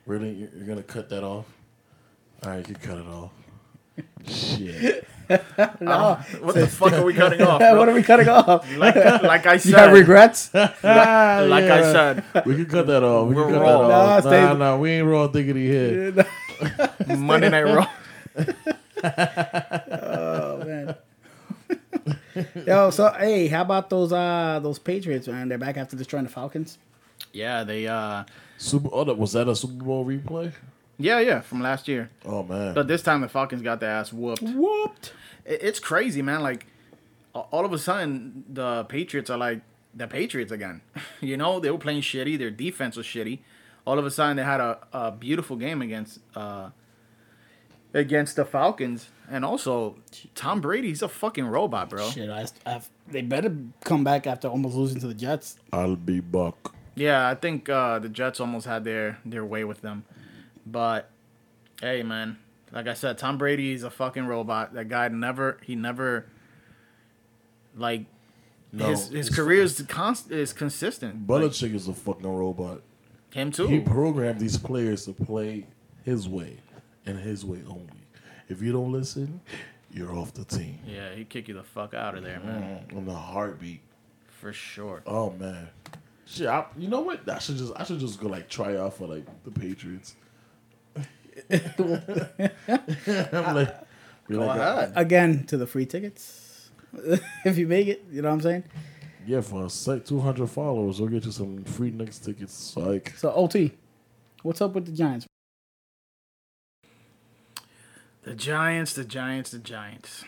Speaker 3: Really, you're, you're gonna cut that off? All right, you cut it off. Shit.
Speaker 1: No.
Speaker 2: Uh, What the fuck are we cutting off? bro?
Speaker 1: what are we cutting off?
Speaker 2: like, like I
Speaker 1: You have
Speaker 2: said,
Speaker 1: regrets?
Speaker 2: like I said,
Speaker 3: We can cut that off. We
Speaker 2: We're
Speaker 3: can cut
Speaker 2: raw.
Speaker 3: that off.
Speaker 1: Ah, Nah,
Speaker 3: Nah,
Speaker 1: stay-
Speaker 3: nah, we ain't raw diggity here.
Speaker 2: Monday Night Raw.
Speaker 1: Oh man. Yo, so hey, how about those uh those Patriots, man? They're back after destroying the Falcons.
Speaker 2: Yeah, they. uh
Speaker 3: Super. Oh, that- was that a Super Bowl replay?
Speaker 2: Yeah, yeah, from last year.
Speaker 3: Oh man.
Speaker 2: But this time the Falcons got their ass whooped. It-
Speaker 1: Whooped.
Speaker 2: It's crazy, man. Like a- all of a sudden, the Patriots are like the Patriots again. you know, they were playing shitty. Their defense was shitty. All of a sudden, they had a, a beautiful game against uh against the Falcons. And also, Tom Brady, he's a fucking robot, bro.
Speaker 1: Shit, I, I, they better come back after almost losing to the Jets.
Speaker 3: I'll be back.
Speaker 2: Yeah, I think uh, the Jets almost had their their way with them, but hey, man, like I said, Tom Brady is a fucking robot. That guy never he never like
Speaker 3: No,
Speaker 2: his his
Speaker 3: it's-
Speaker 2: career is const- is consistent. Like,
Speaker 3: Belichick is a fucking robot.
Speaker 2: him too.
Speaker 3: He programmed these players to play his way and his way only. If you don't listen, you're off the team.
Speaker 2: yeah, he kick you the fuck out of there, man,
Speaker 3: On the heartbeat.
Speaker 2: for sure.
Speaker 3: Mm-hmm. Oh man. Shit, I, you know what? I should just I should just go like try out for like the Patriots. I'm like, we're
Speaker 2: Go
Speaker 3: like,
Speaker 2: ahead.
Speaker 1: Again, to the free tickets. if you make it, you know what I'm saying?
Speaker 3: yeah, for a sec, 200 followers, we'll get you some free Knicks tickets. Psych.
Speaker 1: So, OT, what's up with the Giants?
Speaker 2: The Giants, the Giants, the Giants.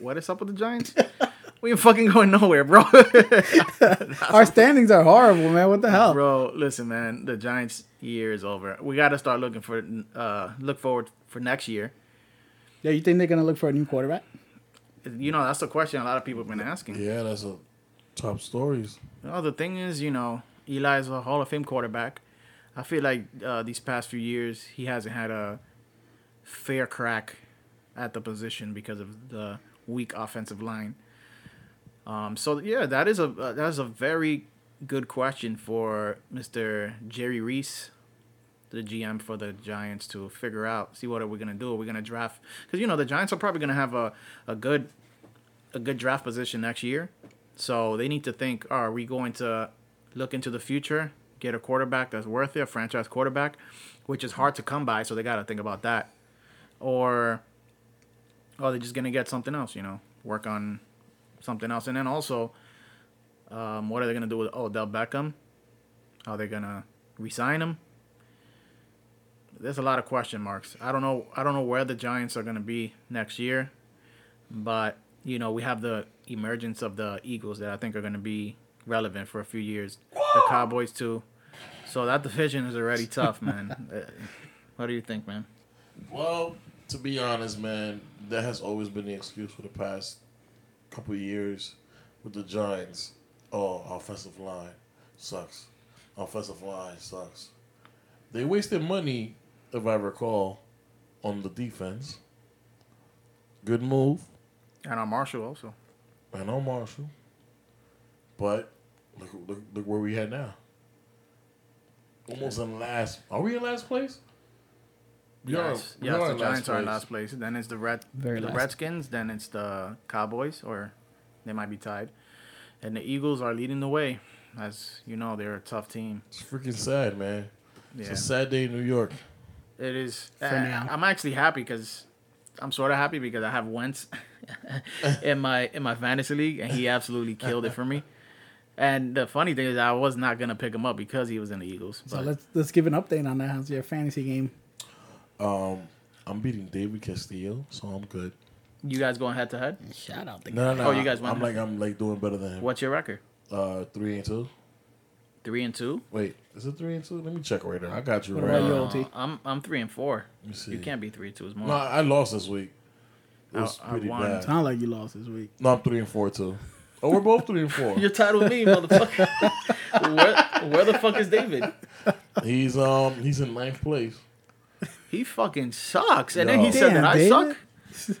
Speaker 2: What is up with the Giants? we ain't fucking going nowhere, bro.
Speaker 1: Our standings are horrible, man. What the hell?
Speaker 2: Bro, listen, man. The Giants' year is over. We got to start looking for uh look forward for next year.
Speaker 1: Yeah, you think they're going to look for a new quarterback?
Speaker 2: You know, that's the question a lot of people have been asking.
Speaker 3: Yeah, that's a top stories.
Speaker 2: Well, the thing is, you know, Eli is a Hall of Fame quarterback. I feel like uh, these past few years he hasn't had a fair crack at the position because of the weak offensive line. Um, so yeah, that is a uh, that is a very good question for Mr. Jerry Reese, the GM for the Giants, to figure out. See what are we gonna do? Are we gonna draft? Because you know the Giants are probably gonna have a, a good a good draft position next year. So they need to think, are we going to look into the future, get a quarterback that's worth it, a franchise quarterback, which is hard to come by, so they got to think about that. Or are they just going to get something else, you know, work on something else? And then also, um, what are they going to do with Odell Beckham? Are they going to resign him? There's a lot of question marks. I don't know. I don't know where the Giants are going to be next year but you know we have the emergence of the Eagles that I think are going to be relevant for a few years. The Cowboys too. So that division is already tough, man. Uh, what do you think, man?
Speaker 3: Well, to be honest, man, that has always been the excuse for the past couple of years with the Giants. Oh, our offensive line sucks. Our Offensive line sucks. They wasted money, if I recall, on the defense. Good move.
Speaker 2: And on Marshall also.
Speaker 3: I know Marshall. But look, look, look where we at now. Almost in last. Are we in last place? We are-
Speaker 2: yes,
Speaker 3: we
Speaker 2: yes,
Speaker 3: are
Speaker 2: the
Speaker 3: in last
Speaker 2: Giants are in
Speaker 3: place.
Speaker 2: last place. Then it's the Red,
Speaker 1: Very
Speaker 2: the
Speaker 1: last.
Speaker 2: Redskins. Then it's the Cowboys, or they might be tied. And the Eagles are leading the way, as you know, they're a tough team.
Speaker 3: It's freaking sad, man.
Speaker 2: Yeah.
Speaker 3: It's a sad day in New York.
Speaker 2: It is.
Speaker 1: For
Speaker 2: I-
Speaker 1: now.
Speaker 2: I'm actually happy because I'm sort of happy because I have Wentz in my in my fantasy league, and he absolutely killed it for me. And the funny thing is, I was not gonna pick him up because he was in the Eagles.
Speaker 1: So,
Speaker 2: but-
Speaker 1: let's let's give an update on that. How's your fantasy game?
Speaker 3: I'm beating David Castillo, so I'm good.
Speaker 2: you guys going head to head?
Speaker 1: Shout out.
Speaker 3: No, no, no.
Speaker 2: Oh, you guys won.
Speaker 3: I'm like, I'm like doing better than him.
Speaker 2: What's your record?
Speaker 3: Uh, three and two.
Speaker 2: Three and two.
Speaker 3: Wait, is it three and two? Let me check right now. I got you
Speaker 1: What
Speaker 3: right.
Speaker 1: about
Speaker 3: now.
Speaker 1: you? OT.
Speaker 2: Uh, I'm I'm three and four.
Speaker 3: Let me see.
Speaker 2: You can't be three and two as more.
Speaker 3: No, I lost this week. It
Speaker 2: I-
Speaker 3: was
Speaker 2: I
Speaker 3: pretty
Speaker 2: won.
Speaker 3: bad.
Speaker 1: Sound like you lost this week.
Speaker 3: No, I'm three and four too. Oh, we're both three and four.
Speaker 2: You're tied with me, motherfucker. where, where the fuck is David?
Speaker 3: He's um, he's in ninth place.
Speaker 2: He fucking sucks. And then
Speaker 3: Yo.
Speaker 2: he said
Speaker 1: Damn,
Speaker 2: that I
Speaker 1: David.
Speaker 2: suck.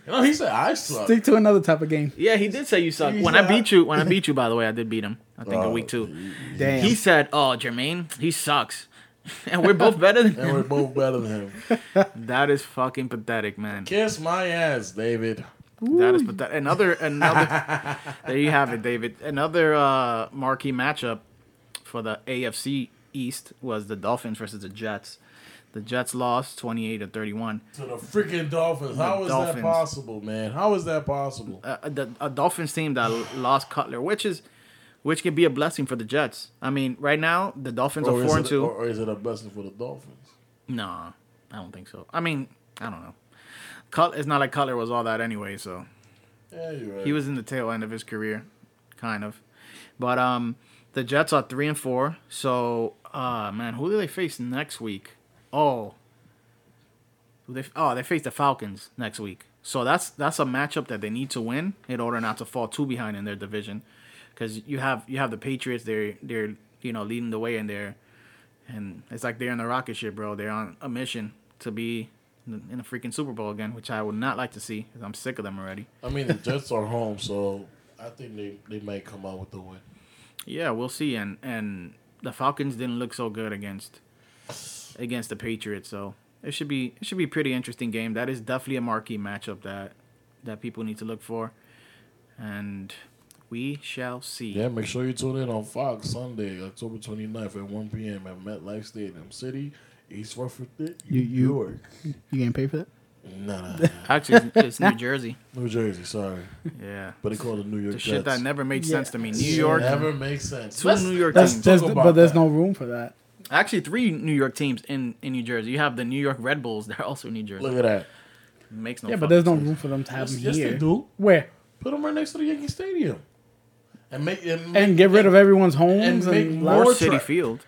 Speaker 3: No, he said I suck.
Speaker 1: Stick to another type of game.
Speaker 2: Yeah, he did say you suck.
Speaker 3: He
Speaker 2: When I
Speaker 3: said I-
Speaker 2: beat you, when I beat you, by the way, I did beat him. I think in
Speaker 3: Uh,
Speaker 2: week two.
Speaker 1: Damn.
Speaker 2: He said, "Oh, Jermaine, he sucks." and we're both better than
Speaker 3: and
Speaker 2: him.
Speaker 3: we're both better than him.
Speaker 2: That is fucking pathetic, man.
Speaker 3: Kiss my ass, David.
Speaker 2: That is pathetic. Another, another. there you have it, David. Another uh, marquee matchup for the AFC East was the Dolphins versus the Jets. The Jets lost twenty-eight to thirty-one.
Speaker 3: To the freaking Dolphins. How is
Speaker 2: Dolphins.
Speaker 3: that possible, man? How is that possible?
Speaker 2: a, Uh, the, a Dolphins team that lost Cutler, which is which can be a blessing for the Jets. I mean, right now the Dolphins
Speaker 3: Or
Speaker 2: are
Speaker 3: Oh, is,
Speaker 2: four and
Speaker 3: it,
Speaker 2: two.
Speaker 3: or, or is it a blessing for the Dolphins?
Speaker 2: no, I don't think so. I mean, I don't know. Cut, it's not like Cutler was all that anyway, so
Speaker 3: Yeah, you're right.
Speaker 2: he was in the tail end of his career, kind of. But um, the Jets are three and four. So uh, man, who do they face next week? Oh, who they? Oh, they face the Falcons next week. So that's that's a matchup that they need to win in order not to fall too behind in their division, because you have you have the Patriots. They're they're you know leading the way in there, and it's like they're in the rocket ship, bro. They're on a mission to be in in the freaking Super Bowl again, which I would not like to see. 'cause I'm sick of them already.
Speaker 3: I mean, the Jets are home, so I think they, they might come out with the win.
Speaker 2: Yeah, we'll see. And and the Falcons didn't look so good against against the Patriots, so it should be it should be a pretty interesting game. That is definitely a marquee matchup that that people need to look for, and we shall see.
Speaker 3: Yeah, make sure you tune in on Fox Sunday, October 29th at 1 p.m. at MetLife Stadium City, East Rutherford,
Speaker 1: You- you-
Speaker 3: York.
Speaker 1: You getting paid for that?
Speaker 3: Nah, nah, nah.
Speaker 2: Actually, it's- it's New Jersey.
Speaker 3: New Jersey, sorry.
Speaker 2: Yeah,
Speaker 3: But they call it New York
Speaker 2: the
Speaker 3: Jets.
Speaker 2: shit that never made sense to me. New
Speaker 1: Yeah.
Speaker 2: York,
Speaker 3: Never makes sense.
Speaker 2: 2 New York
Speaker 1: That's,
Speaker 2: teams.
Speaker 1: there's,
Speaker 3: Talk
Speaker 1: but
Speaker 3: about
Speaker 1: there's
Speaker 3: that.
Speaker 1: no room for that.
Speaker 2: Actually, three New York teams in in New Jersey. You have the New York Red Bulls. They're also New Jersey.
Speaker 3: Look at that.
Speaker 2: Makes no.
Speaker 1: Yeah, but
Speaker 2: fucking
Speaker 1: there's no
Speaker 2: sense.
Speaker 1: room for them to have
Speaker 3: Yes,
Speaker 1: them
Speaker 3: yes,
Speaker 1: here.
Speaker 3: they do.
Speaker 1: Where
Speaker 3: Put them right next to the Yankee Stadium. And make and,
Speaker 1: and
Speaker 3: make-
Speaker 1: get rid of everyone's homes
Speaker 3: and make
Speaker 1: and,
Speaker 3: more
Speaker 1: lots
Speaker 2: or
Speaker 3: Or
Speaker 2: City
Speaker 3: tra-
Speaker 2: Field.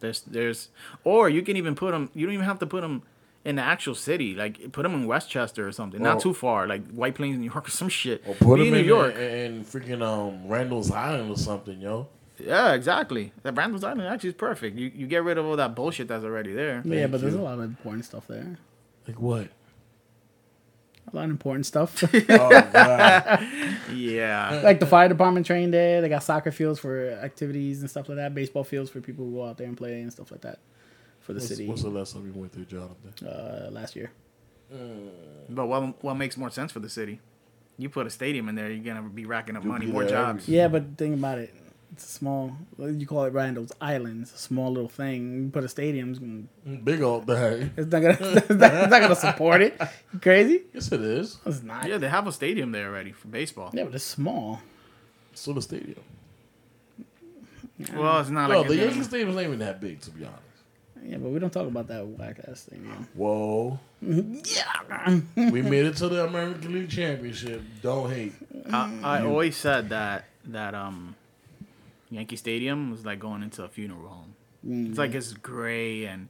Speaker 2: There's there's or you can even put them. You don't even have to put them in the actual city. Like put them in Westchester or something. Not
Speaker 3: Or-
Speaker 2: too far. Like White Plains, New York, or some shit.
Speaker 3: Or put
Speaker 2: Be
Speaker 3: them
Speaker 2: in New York.
Speaker 3: in, in freaking um Randall's Island or something, yo.
Speaker 2: yeah, exactly. That Randall's Island actually is perfect. You you get rid of all that bullshit that's already there.
Speaker 1: yeah,
Speaker 3: Thank
Speaker 1: but there's a
Speaker 3: you.
Speaker 1: lot of important stuff there.
Speaker 3: Like what?
Speaker 1: A lot of important stuff.
Speaker 3: Oh god.
Speaker 2: Yeah.
Speaker 1: like the fire department trained there. They got soccer fields for activities and stuff like that. Baseball fields for people who go out there and play and stuff like that for the
Speaker 3: what's,
Speaker 1: city.
Speaker 3: what's the last time you went through, Jonathan?
Speaker 1: uh, last year,
Speaker 2: But what what makes more sense for the city? You put a stadium in there, you're gonna be racking up
Speaker 3: You'll
Speaker 2: money,
Speaker 3: be
Speaker 2: more
Speaker 3: there
Speaker 2: jobs.
Speaker 1: yeah, but think about it. It's a small. You call it Randall's Island. It's a small little thing. You put a stadium. it's gonna-
Speaker 3: Big old day.
Speaker 1: It's not gonna. it's not, it's not gonna support it. You crazy?
Speaker 3: Yes it is.
Speaker 1: It's not.
Speaker 2: Yeah, they have a stadium there already for baseball.
Speaker 1: Yeah, but it's small.
Speaker 3: So the stadium.
Speaker 2: Well, it's not
Speaker 3: No,
Speaker 2: like
Speaker 3: the
Speaker 2: it's
Speaker 3: Yankee
Speaker 2: gonna-
Speaker 3: Stadium's not even that big to be honest.
Speaker 1: Yeah, but we don't talk about that whack ass thing. man.
Speaker 3: Whoa.
Speaker 1: Yeah.
Speaker 3: we made it to the American League Championship. Don't hate.
Speaker 2: I, I always said that that um Yankee Stadium was like going into a funeral home. It's like it's gray and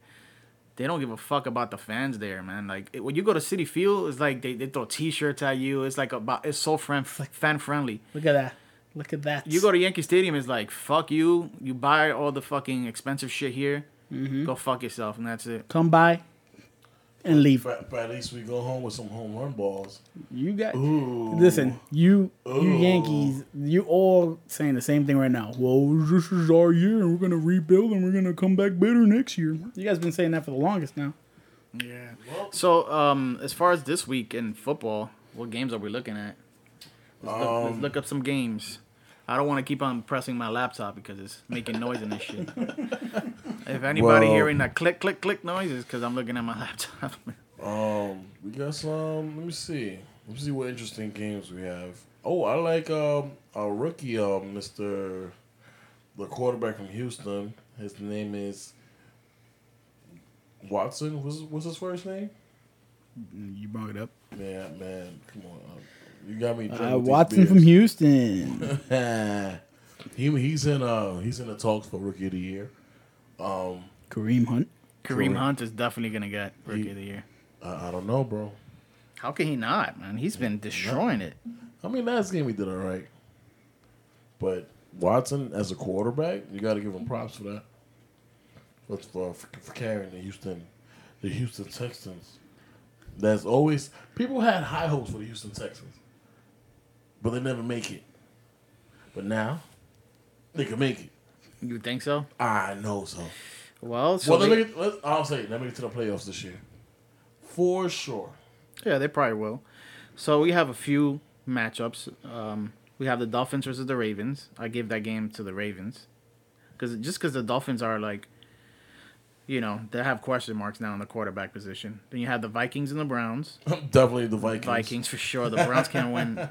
Speaker 2: they don't give a fuck about the fans there, man. Like it- when you go to City Field, it's like they, they throw T-shirts at you. It's like about it's so friend fan friendly.
Speaker 1: Look at that. Look at that.
Speaker 2: You go to Yankee Stadium, it's like fuck you. You buy all the fucking expensive shit here. Go fuck yourself, and that's it.
Speaker 1: come by and leave.
Speaker 3: But, but at least we go home with some home run balls.
Speaker 1: You got
Speaker 3: Ooh.
Speaker 1: listen. You you
Speaker 3: Ooh.
Speaker 1: Yankees. You all saying the same thing right now. Well, this is our year, and we're gonna rebuild, and we're gonna come back better next year. You guys been saying that for the longest now.
Speaker 2: Yeah. So um, as far as this week in football, what games are we looking at? Let's look, let's
Speaker 3: Um,
Speaker 2: look up some games. I don't want to keep on pressing my laptop because it's making noise and this shit. if anybody
Speaker 3: Well-
Speaker 2: hearing that click, click, click noise, it's because I'm looking at my laptop.
Speaker 3: Um, we got some. Let me see. Let me see what interesting games we have. Oh, I like um our rookie, um Mister, the quarterback from Houston. His name is Watson. What's what's his first name?
Speaker 1: You brought it up.
Speaker 3: Man, man, come on. um, You got me. drunk
Speaker 1: Uh,
Speaker 3: with these
Speaker 1: Watson from
Speaker 3: beers.
Speaker 1: Houston.
Speaker 3: he he's in uh he's in the talks for rookie of the year.
Speaker 1: Kareem Hunt.
Speaker 2: Kareem
Speaker 3: Correct.
Speaker 2: Hunt is definitely gonna get rookie of the year.
Speaker 3: I, I don't know, bro.
Speaker 2: How can he not, man? He's been destroying it.
Speaker 3: I mean, last game he did all right, but Watson as a quarterback, you got to give him props for that. But for, for for carrying the Houston, the Houston Texans, that's always people had high hopes for the Houston Texans, but they never make it. But now, they can make it.
Speaker 2: You think so?
Speaker 3: I know so.
Speaker 2: Well, so
Speaker 3: Well, they
Speaker 2: they-
Speaker 3: make it, let's, I'll say they make it to the playoffs this year, for sure.
Speaker 2: yeah, they probably will. So we have a few matchups. Um, we have the Dolphins versus the Ravens. I give that game to the Ravens, because just because the Dolphins are like, you know, they have question marks now in the quarterback position. Then you have the Vikings and the Browns.
Speaker 3: Definitely the Vikings.
Speaker 2: Vikings for sure. The Browns can't win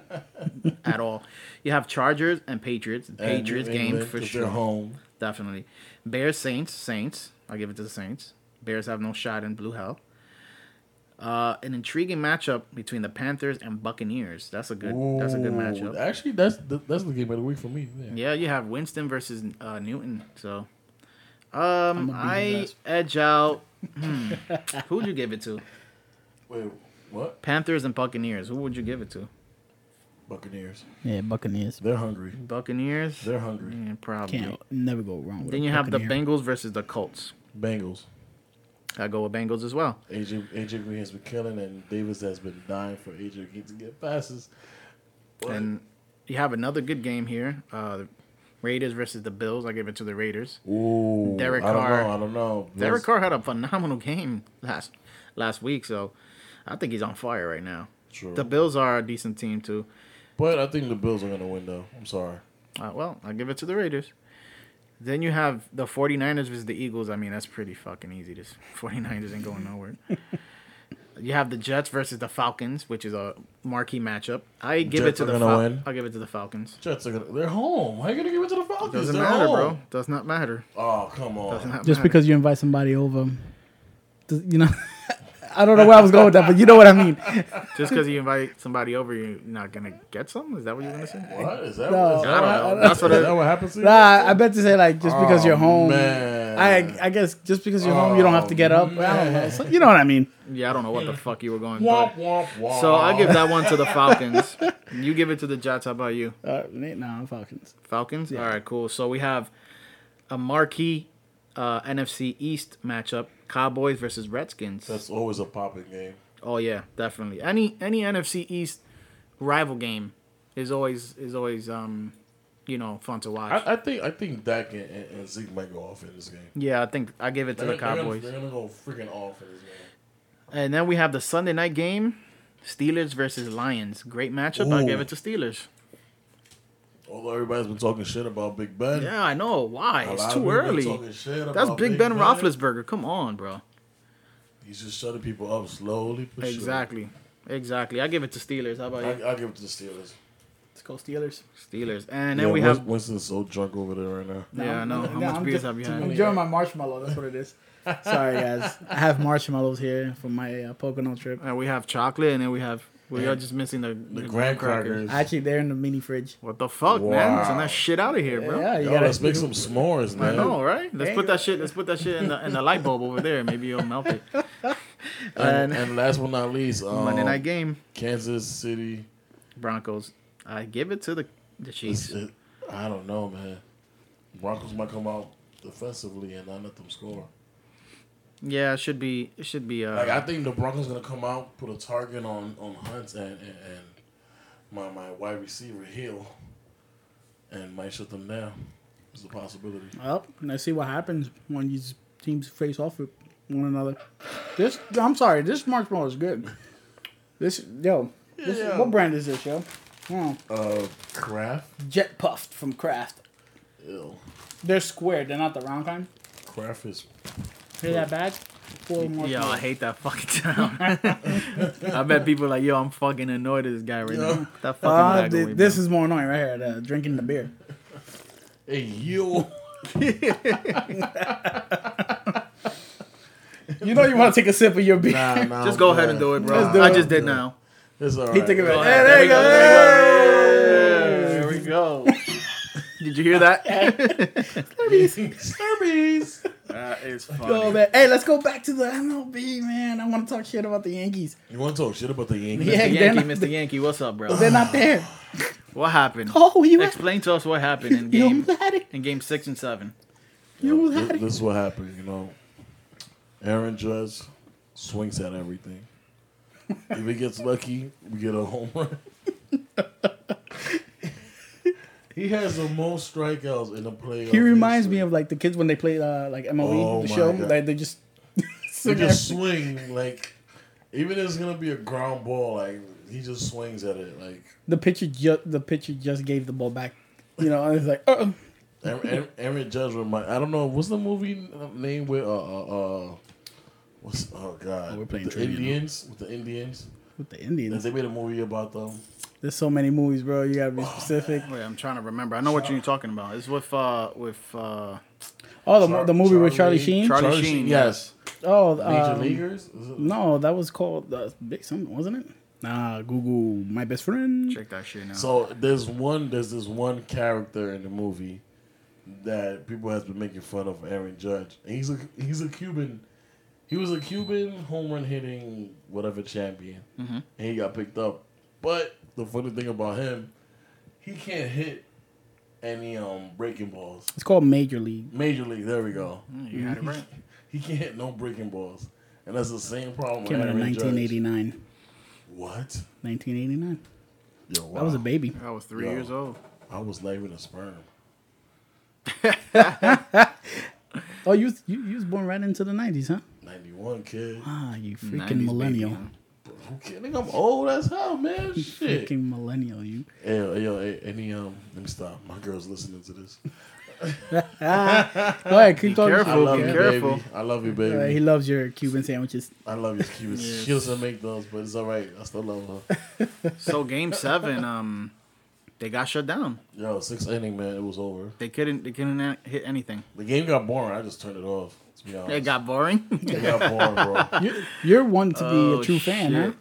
Speaker 2: at all. You have Chargers and Patriots.
Speaker 3: And New
Speaker 2: Patriots game
Speaker 3: England,
Speaker 2: for
Speaker 3: 'cause they're
Speaker 2: sure.
Speaker 3: home.
Speaker 2: Definitely. Bears, Saints, Saints. I'll give it to the Saints. Bears have no shot in blue hell. Uh, an intriguing matchup between the Panthers and Buccaneers. That's a good. that's a good
Speaker 3: Ooh,
Speaker 2: matchup.
Speaker 3: Actually, that's the, that's the game of the week for me. Yeah.
Speaker 2: Yeah, you have Winston versus uh, Newton. So,
Speaker 1: gonna
Speaker 2: um,
Speaker 1: be
Speaker 2: I
Speaker 1: his
Speaker 2: edge out. Hmm. Who'd you give it to?
Speaker 3: Wait, what?
Speaker 2: Panthers and Buccaneers. Who would you give it to?
Speaker 3: Buccaneers.
Speaker 1: Yeah, Buccaneers.
Speaker 3: They're hungry.
Speaker 2: Buccaneers.
Speaker 3: They're hungry.
Speaker 2: Yeah, probably.
Speaker 1: Can't never go wrong with
Speaker 2: Then
Speaker 1: a
Speaker 2: you have the
Speaker 1: Buccaneer.
Speaker 2: Bengals versus the Colts.
Speaker 3: Bengals.
Speaker 2: I go with Bengals as well.
Speaker 3: AJ AJ Green has been killing, and Davis has been dying for AJ Green to get passes. But
Speaker 2: And you have another good game here. Uh, the Raiders versus the Bills. I give it to the Raiders.
Speaker 3: ooh,
Speaker 2: Derek
Speaker 3: I don't
Speaker 2: Carr.
Speaker 3: know. I don't know.
Speaker 2: Derek
Speaker 3: That's-
Speaker 2: Carr had a phenomenal game last last week, so I think he's on fire right now.
Speaker 3: True.
Speaker 2: The Bills are a decent team too.
Speaker 3: But I think the Bills are going to win, though. I'm sorry.
Speaker 2: Uh, well, I give it to the Raiders. Then you have the 49ers versus the Eagles. I mean, that's pretty fucking easy. This 49ers ain't going nowhere. you have the Jets versus the Falcons, which is a marquee matchup. I give
Speaker 3: Jets
Speaker 2: it
Speaker 3: are
Speaker 2: to the
Speaker 3: gonna
Speaker 2: Falcons.
Speaker 3: win.
Speaker 2: I'll give it to the Falcons.
Speaker 3: Jets are going to. They're home. How are you going to give it to the Falcons?
Speaker 2: Doesn't
Speaker 3: they're
Speaker 2: matter, bro.
Speaker 3: home.
Speaker 2: Does not matter.
Speaker 3: Oh, come
Speaker 2: Does
Speaker 3: on.
Speaker 2: not
Speaker 1: Just
Speaker 2: matter.
Speaker 1: because you invite somebody over, does- you know. I don't know where I was going with that, but you know what I mean.
Speaker 2: just because you invite somebody over, you're not gonna get some. Is that what you're gonna say?
Speaker 3: What? Is that,
Speaker 1: No.
Speaker 3: what, is that,
Speaker 2: I don't
Speaker 3: what-
Speaker 2: know. That's what
Speaker 3: is
Speaker 2: it-
Speaker 3: that what happens to you?
Speaker 1: Nah, I bet to say like just because
Speaker 3: Oh,
Speaker 1: you're home.
Speaker 3: man.
Speaker 1: I I guess just because you're home, you don't have to get
Speaker 3: Oh,
Speaker 1: up. I don't know.
Speaker 3: man.
Speaker 1: So, you know what I mean?
Speaker 2: Yeah, I don't know what the fuck you were going.
Speaker 3: Womp,
Speaker 2: but-
Speaker 3: womp, womp.
Speaker 2: So I give that one to the Falcons. you give it to the Jets. How about you?
Speaker 1: Uh, nah, Falcons.
Speaker 2: Falcons. All right, cool. So we have a marquee uh, NFC East matchup: Cowboys versus Redskins.
Speaker 3: That's always a popping game.
Speaker 2: oh yeah, definitely. Any any NFC East rival game is always is always um you know fun to watch.
Speaker 3: I, I think I think Dak and, and and Zeke might go off in this game.
Speaker 2: yeah, I think I give it to
Speaker 3: They're,
Speaker 2: the
Speaker 3: gonna- they're
Speaker 2: Cowboys.
Speaker 3: Gonna, they're gonna go freaking off in this game.
Speaker 2: And then we have the Sunday night game: Steelers versus Lions. Great matchup. I
Speaker 3: Ooh.
Speaker 2: give it to Steelers.
Speaker 3: Although everybody's been talking shit about Big Ben.
Speaker 2: Yeah, I know. Why?
Speaker 3: a lot
Speaker 2: It's
Speaker 3: of
Speaker 2: too
Speaker 3: people been talking
Speaker 2: early.
Speaker 3: shit
Speaker 2: That's
Speaker 3: about
Speaker 2: Big Ben Roethlisberger. Come on, bro.
Speaker 3: He's just shutting people up slowly. But surely.
Speaker 2: Exactly. Exactly. I give it to Steelers. How about you?
Speaker 3: I, I'll give it to the Steelers.
Speaker 1: Let's go Steelers.
Speaker 2: Steelers. And then
Speaker 3: Yeah,
Speaker 2: we
Speaker 3: Wins-
Speaker 2: have.
Speaker 3: Winston's so drunk over there right now.
Speaker 2: Yeah, I know. How much
Speaker 1: I'm
Speaker 2: beers
Speaker 1: just-
Speaker 2: have you
Speaker 1: I'm
Speaker 2: had?
Speaker 1: enjoying my marshmallow. That's what it is. Sorry, guys. I have marshmallows here for my uh, Pocono trip.
Speaker 2: And we have chocolate, and then we have. We are just missing the, the,
Speaker 3: graham crackers.
Speaker 1: Actually, they're in the mini fridge.
Speaker 2: What the fuck, man? Send
Speaker 3: Wow.
Speaker 2: that shit out of here, bro.
Speaker 1: Yeah, you
Speaker 3: Yo,
Speaker 1: gotta-
Speaker 3: let's make some s'mores,
Speaker 2: I
Speaker 3: man.
Speaker 2: know, right? Let's
Speaker 1: Yeah,
Speaker 2: put
Speaker 1: you're-
Speaker 2: that shit. Let's put that shit in the, in the light bulb over there. Maybe it'll melt it.
Speaker 3: And,
Speaker 2: And-
Speaker 3: and last but not least, um,
Speaker 2: Monday night game,
Speaker 3: Kansas City.
Speaker 2: Broncos. I give it to the the Chiefs.
Speaker 3: It- I don't know, man. Broncos might come out defensively and not let them score.
Speaker 2: Yeah, it should be. It should be. Uh,
Speaker 3: Like I think the Broncos gonna come out, put a target on on Hunt and and, and my my wide receiver Hill, and might shut them down. It's a possibility.
Speaker 1: Well, let's see what happens when these teams face off with one another. This, I'm sorry, this marshmallow is good. This, yo, this,
Speaker 3: Yeah.
Speaker 1: what brand is this, yo? Hmm,
Speaker 3: Uh, Kraft.
Speaker 1: Jet Puffed from Kraft.
Speaker 3: Ill.
Speaker 1: They're squared. They're not the round kind.
Speaker 3: Kraft is.
Speaker 1: Hear that bag? Full of
Speaker 2: Yo,
Speaker 1: marshmallow.
Speaker 2: I hate that fucking town. I bet people like, yo, I'm fucking annoyed at this guy right now. That fucking
Speaker 1: Uh,
Speaker 2: bag
Speaker 1: th-
Speaker 2: away,
Speaker 1: this is more annoying right here. The drinking the beer.
Speaker 3: Hey yo.
Speaker 1: You know you want to take a sip of your beer.
Speaker 3: Nah, nah.
Speaker 2: bro. just go ahead and do it, bro.
Speaker 1: Let's do
Speaker 2: I
Speaker 1: it.
Speaker 2: just did now.
Speaker 3: It's all right.
Speaker 1: He took it.
Speaker 2: Go
Speaker 1: Hey,
Speaker 2: ahead.
Speaker 1: there you go.
Speaker 2: There we go. Did you hear that?
Speaker 1: Slurpees.
Speaker 2: that is
Speaker 1: Yo,
Speaker 2: funny.
Speaker 1: man. Hey, let's go back to the MLB, man. I want to talk shit about the Yankees.
Speaker 3: You want to talk shit about the Yankees?
Speaker 1: Yeah.
Speaker 2: Mr.
Speaker 1: they're
Speaker 2: Yankee,
Speaker 1: not-
Speaker 2: Mr. Yankee, what's up, bro?
Speaker 1: They're not there.
Speaker 2: What happened?
Speaker 1: Oh, you had,
Speaker 2: Explain to us what happened in
Speaker 1: you
Speaker 2: game
Speaker 1: almost had it.
Speaker 2: in game six and seven.
Speaker 1: You almost
Speaker 3: Th-
Speaker 1: had
Speaker 3: This,
Speaker 1: it.
Speaker 3: is what happened, you know. Aaron Judge swings at everything. if he gets lucky, we get a home run. He has the most strikeouts in the playoff.
Speaker 1: He reminds
Speaker 3: history.
Speaker 1: me of like the kids when they play uh, like MLB
Speaker 3: Oh
Speaker 1: the
Speaker 3: my
Speaker 1: show.
Speaker 3: God.
Speaker 1: Like they just
Speaker 3: He
Speaker 1: swing
Speaker 3: just
Speaker 1: at-
Speaker 3: swing like even if it's gonna be a ground ball, like he just swings at it. Like
Speaker 1: the pitcher. Ju- the pitcher just gave the ball back. You know, and it's like, uh,
Speaker 3: Aaron, Aaron- Aaron Judge remind. I don't know what's the movie name with uh uh. uh What's, oh God!
Speaker 1: Oh, we're playing
Speaker 3: with the
Speaker 1: trivia now.
Speaker 3: Indians. With the Indians,
Speaker 1: with the Indians.
Speaker 3: they made a movie about um, them.
Speaker 1: There's so many movies, bro. You gotta be specific.
Speaker 2: Wait, I'm trying to remember. I know what you're talking about. It's with uh with uh
Speaker 1: Oh, the, mo-
Speaker 3: Char-
Speaker 1: the movie with Charlie Sheen.
Speaker 2: Charlie Sheen,
Speaker 3: yes.
Speaker 1: oh,
Speaker 3: Major
Speaker 1: um,
Speaker 3: Leaguers. Is it-
Speaker 1: No, that was called uh, Big Something, wasn't it? Nah, Google my best friend.
Speaker 2: check that shit now.
Speaker 3: So there's one. There's this one character in the movie that people has been making fun of Aaron Judge. And he's a he's a Cuban. He was a Cuban home run hitting whatever champion,
Speaker 2: Mm-hmm.
Speaker 3: and he got picked up. But the funny thing about him, he can't hit any um breaking balls.
Speaker 1: It's called Major League.
Speaker 3: Major league. There we go.
Speaker 2: you had it right.
Speaker 3: He can't hit no breaking balls, and that's the same problem.
Speaker 1: Came
Speaker 3: with
Speaker 1: out in
Speaker 3: Aaron 1989.
Speaker 1: 1989.
Speaker 3: What?
Speaker 1: 1989.
Speaker 3: Yo,
Speaker 1: I was a
Speaker 3: wow.
Speaker 1: baby.
Speaker 2: I was three
Speaker 3: Yo.
Speaker 2: years old.
Speaker 3: I was not even a sperm.
Speaker 1: Oh, you was, you, you was born right into the 90s, huh?
Speaker 3: Ninety one kid.
Speaker 1: Ah, you
Speaker 2: 90s
Speaker 1: freaking
Speaker 2: baby,
Speaker 1: millennial.
Speaker 2: huh?
Speaker 3: Who kidding? I'm old as hell, man. Shit.
Speaker 1: Freaking millennial, you.
Speaker 3: Yo, yo, a- any um, let me stop. My girl's listening to this.
Speaker 1: Go ahead, keep talking.
Speaker 3: I
Speaker 2: careful. Oh,
Speaker 3: love
Speaker 2: Ah, be
Speaker 3: you,
Speaker 2: careful.
Speaker 3: baby. I love you,
Speaker 1: Uh, he
Speaker 3: baby.
Speaker 1: loves your Cuban sandwiches.
Speaker 3: I love you. She, was,
Speaker 2: Yes.
Speaker 3: she doesn't make those, but it's all right. I still love her.
Speaker 2: So game seven, um, they got shut down.
Speaker 3: Yo, sixth inning, man. It was over.
Speaker 2: They couldn't. They couldn't a- hit anything.
Speaker 3: The game got boring. I just turned it off. To be honest,
Speaker 2: It got boring.
Speaker 3: It got boring, bro.
Speaker 1: You're, you're one to be
Speaker 2: Oh,
Speaker 1: a true fan, huh?
Speaker 2: shit.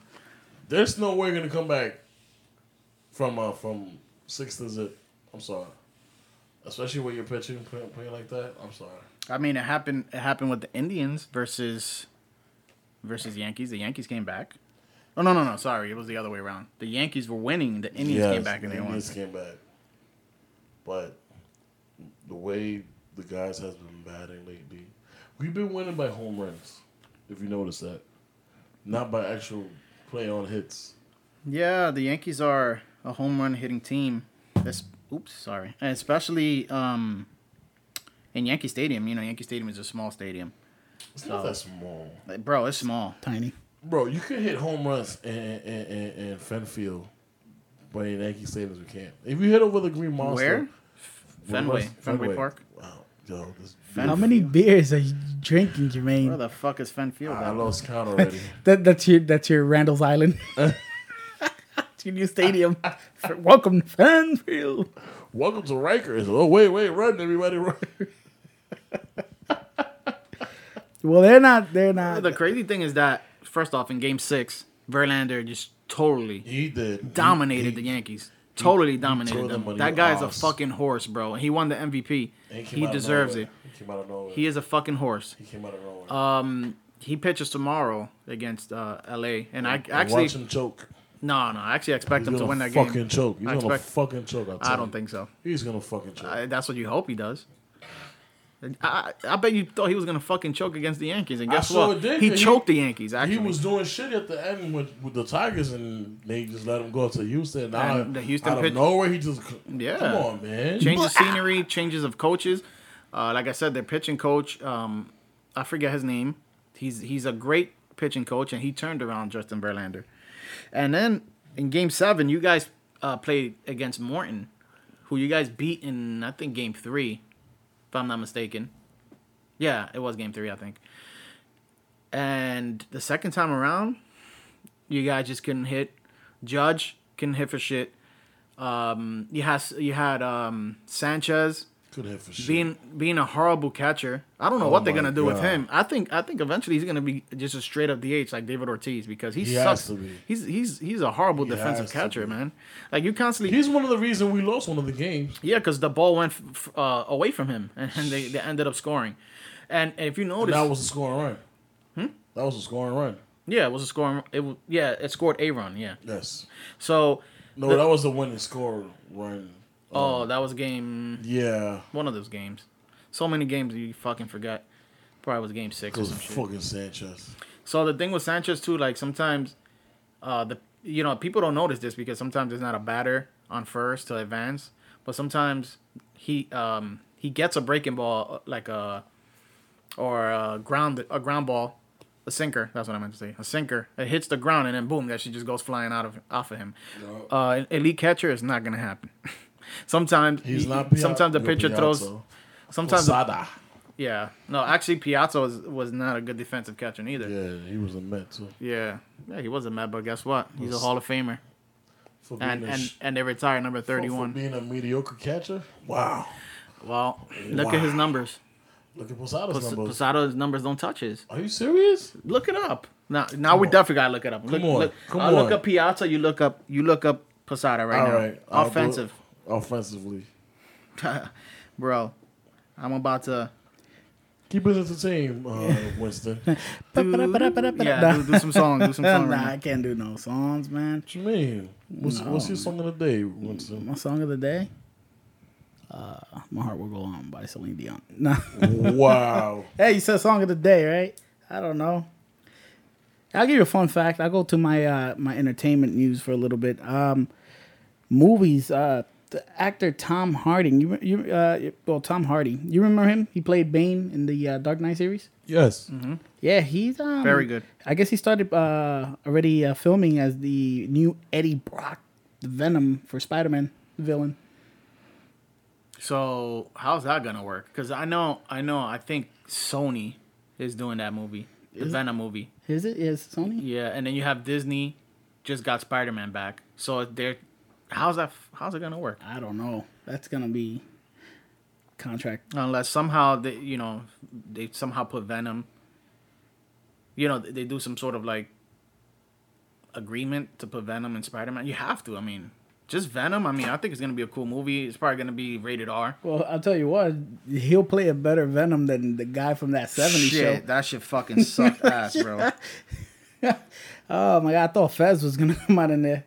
Speaker 3: There's no way you're gonna come back from uh from sixth to zip. I'm sorry. Especially when you're pitching, play, playing like that. I'm sorry.
Speaker 2: I mean, it happened. It happened with the Indians versus versus Yankees. The Yankees came back. Oh no no no! Sorry, it was the other way around. The Yankees were winning. The Indians came
Speaker 3: Yes,
Speaker 2: back and
Speaker 3: the
Speaker 2: they won.
Speaker 3: Indians came back. But the way the guys has been batting lately, we've been winning by home runs. If you notice that, not by actual play on hits.
Speaker 2: Yeah, the Yankees are a home run hitting team. That's oops, sorry. And especially um, in Yankee Stadium. You know, Yankee Stadium is a small stadium.
Speaker 3: It's not that small,
Speaker 2: Like, bro, it's small.
Speaker 1: Tiny.
Speaker 3: bro. You can hit home runs in in, in, in Fenfield, but in Yankee Stadium we can't. If you hit over the Green Monster,
Speaker 2: Where? Fenway.
Speaker 3: West-
Speaker 2: Fenway Park.
Speaker 3: Wow, yo, this
Speaker 1: How many beers are you drinking,
Speaker 2: Where
Speaker 1: Jermaine?
Speaker 2: the fuck is Fenfield?
Speaker 3: I
Speaker 2: at?
Speaker 3: lost count already.
Speaker 1: That, that's your that's your Randall's Island. It's your new stadium. Welcome to Fanfield.
Speaker 3: Welcome to Rikers. Oh wait, wait, run everybody, run!
Speaker 1: Well, they're not. They're not.
Speaker 2: The crazy thing is that first off, in Game Six, Verlander just totally
Speaker 3: He did
Speaker 2: dominated the
Speaker 3: He-
Speaker 2: Yankees. Totally dominated
Speaker 3: tore them
Speaker 2: them.
Speaker 3: on
Speaker 2: That
Speaker 3: the
Speaker 2: guy's a
Speaker 3: ass.
Speaker 2: fucking horse, bro. And he won the MVP.
Speaker 3: he,
Speaker 2: He deserves it.
Speaker 3: He came out of nowhere.
Speaker 2: He is a fucking horse.
Speaker 3: He came out of nowhere.
Speaker 2: Um, he pitches tomorrow against uh, LA, and I
Speaker 3: actually,
Speaker 2: actually
Speaker 3: watch him choke.
Speaker 2: no, no, I actually expect
Speaker 3: He's
Speaker 2: him
Speaker 3: gonna
Speaker 2: to win that
Speaker 3: fucking
Speaker 2: game.
Speaker 3: choke. He's
Speaker 2: I
Speaker 3: gonna
Speaker 2: expect-
Speaker 3: fucking choke. I,
Speaker 2: I don't think so.
Speaker 3: he's gonna fucking choke.
Speaker 2: I, that's what you hope he does. And I, I bet you thought he was gonna fucking choke against the Yankees, and
Speaker 3: I
Speaker 2: guess
Speaker 3: sure
Speaker 2: what?
Speaker 3: did,
Speaker 2: He
Speaker 3: and he-
Speaker 2: choked the Yankees. Actually,
Speaker 3: he was doing shit at the end with, with the Tigers, and they just let him go to Houston. Now,
Speaker 2: And the Houston
Speaker 3: out of
Speaker 2: pitch-
Speaker 3: nowhere, he just
Speaker 2: Yeah.
Speaker 3: Come on, man.
Speaker 2: change of scenery, changes of coaches. Uh, like I said, their pitching coach, um, I forget his name. He's he's a great pitching coach, and he turned around Justin Verlander. And then in Game Seven, you guys uh, played against Morton, who you guys beat in I think Game Three, if I'm not mistaken. Yeah, it was Game Three, I think. And the second time around, you guys just couldn't hit. Judge couldn't hit for shit. Um, you has you had um, Sanchez
Speaker 3: Could have for sure.
Speaker 2: being being a horrible catcher. I don't know what they're
Speaker 3: Oh my
Speaker 2: gonna do with
Speaker 3: God.
Speaker 2: him. I think I think eventually he's gonna be just a straight up DH like David Ortiz because he,
Speaker 3: He has
Speaker 2: sucks.
Speaker 3: to be.
Speaker 2: He's he's he's a horrible
Speaker 3: He
Speaker 2: defensive
Speaker 3: has to
Speaker 2: catcher,
Speaker 3: be.
Speaker 2: man. Like you constantly
Speaker 3: He's one of the reasons we lost one of the games.
Speaker 2: yeah, because the ball went f- f- uh, away from him and they, they ended up scoring. And, and if you notice,
Speaker 3: That was a scoring run.
Speaker 2: Hmm?
Speaker 3: That was a scoring run.
Speaker 2: yeah, it was a scoring. It was, yeah, it scored a run. Yeah,
Speaker 3: Yes.
Speaker 2: so
Speaker 3: No,
Speaker 2: The-
Speaker 3: that was the winning score run. Um,
Speaker 2: oh, that was game
Speaker 3: Yeah,
Speaker 2: one of those games. So many games you fucking forgot. Probably was game six.
Speaker 3: it
Speaker 2: Or
Speaker 3: was
Speaker 2: some shit.
Speaker 3: fucking Sanchez.
Speaker 2: So the thing with Sanchez too, like sometimes, uh, the you know people don't notice this because sometimes there's not a batter on first to advance, but sometimes he um he gets a breaking ball uh, like a or a ground a ground ball, a sinker. That's what I meant to say. A sinker. It hits the ground and then boom, that shit just goes flying out of off of him. Uh, an elite catcher is not gonna happen. sometimes
Speaker 3: He's
Speaker 2: he-
Speaker 3: not Pia-
Speaker 2: Sometimes the
Speaker 3: no,
Speaker 2: pitcher throws.
Speaker 3: Piazza.
Speaker 2: Sometimes the-
Speaker 3: Posada.
Speaker 2: yeah. No, actually, Piazza was, was not a good defensive catcher either. Yeah.
Speaker 3: Yeah, he was a Met too.
Speaker 2: yeah. he was a mad, but guess what? He's a Hall of Famer.
Speaker 3: For being
Speaker 2: And
Speaker 3: a
Speaker 2: and,
Speaker 3: sh-
Speaker 2: and they retired number
Speaker 3: for- for
Speaker 2: 31.
Speaker 3: being a mediocre catcher. Wow.
Speaker 2: Well, look at his numbers.
Speaker 3: Look at Posada's
Speaker 2: Pos-
Speaker 3: numbers.
Speaker 2: Posada's numbers don't touch his.
Speaker 3: Are you serious?
Speaker 2: Look it up. Now, now we
Speaker 3: on.
Speaker 2: definitely gotta look it up. Look,
Speaker 3: on.
Speaker 2: look,
Speaker 3: Come
Speaker 2: I'll look
Speaker 3: on.
Speaker 2: up Piazza. You look up. You look up Posada right now.
Speaker 3: I'll do it.
Speaker 2: Offensive,
Speaker 3: Offensively.
Speaker 2: bro. I'm about to
Speaker 3: Keep us entertained, uh, Winston. what
Speaker 2: yeah do, do some song. Do some song.
Speaker 1: nah, I
Speaker 2: Right
Speaker 1: can't do no songs, man.
Speaker 3: you mean? What's, what's your song of the day, Winston?
Speaker 1: My song of the day. Uh, my heart will go on by Celine Dion. Nah.
Speaker 3: wow.
Speaker 1: hey, you said song of the day, right? I don't know. I'll give you a fun fact. I'll go to my uh, my entertainment news for a little bit. Um, movies. Uh, the actor Tom Harding. You you uh, well Tom Hardy. You remember him? He played Bane in the uh, Dark Knight series.
Speaker 3: Yes.
Speaker 1: Yeah, he's um,
Speaker 2: Very good.
Speaker 1: I guess he started uh, already uh, filming as the new Eddie Brock, the Venom for Spider-Man villain.
Speaker 2: now. So how's that gonna work? Because I know, I know. I think Sony is doing that movie, the
Speaker 1: Is it?
Speaker 2: Venom movie.
Speaker 1: Is it? Is it Sony?
Speaker 2: Yeah, and then you have Disney, just got Spider Man back. So they're how's that? How's it gonna work?
Speaker 1: I don't know. That's gonna be contract.
Speaker 2: unless somehow they you know they somehow put venom you know they do some sort of like agreement to put venom in spider-man you have to i mean just venom i mean i think it's gonna be a cool movie it's probably gonna be rated r
Speaker 1: Well, I'll tell you what. He'll play a better Venom than the guy from that '70s
Speaker 2: shit
Speaker 1: show.
Speaker 2: that shit fucking sucked ass bro
Speaker 1: Oh my god! I thought Fez was gonna come out in there.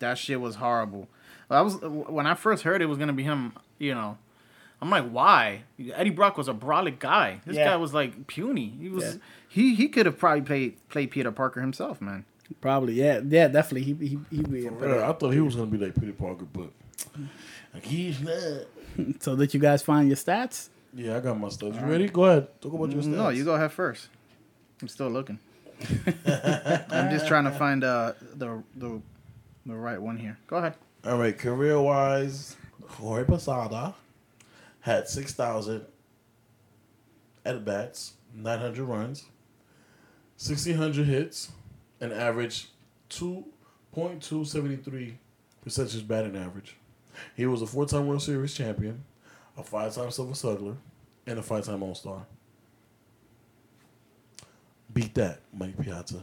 Speaker 2: that shit was horrible i was when i first heard it was gonna be him you know i'm like why eddie brock was a brolic guy this
Speaker 1: Yeah.
Speaker 2: guy was like puny he was
Speaker 1: Yeah.
Speaker 2: he he could have probably played played peter parker himself man
Speaker 1: Probably, yeah, yeah, definitely. He he he be a better.
Speaker 3: I thought he was going to be like Peter Parker, but like, he's not.
Speaker 1: So did you guys find your stats?
Speaker 3: Yeah, I got my stuff. Mm-hmm. You ready? Go ahead. Talk about your stats.
Speaker 2: No, you go ahead first. I'm still looking. I'm just trying to find uh, the the the right one here. Go ahead.
Speaker 3: All right, career wise, Jorge Posada had 6,000 at bats, 900 runs, 1,600 hits, an average 2.273 percentage batting average. He was a four time World Series champion, a five time Silver Sugler, and a five time All Star. Beat that, Mike Piazza.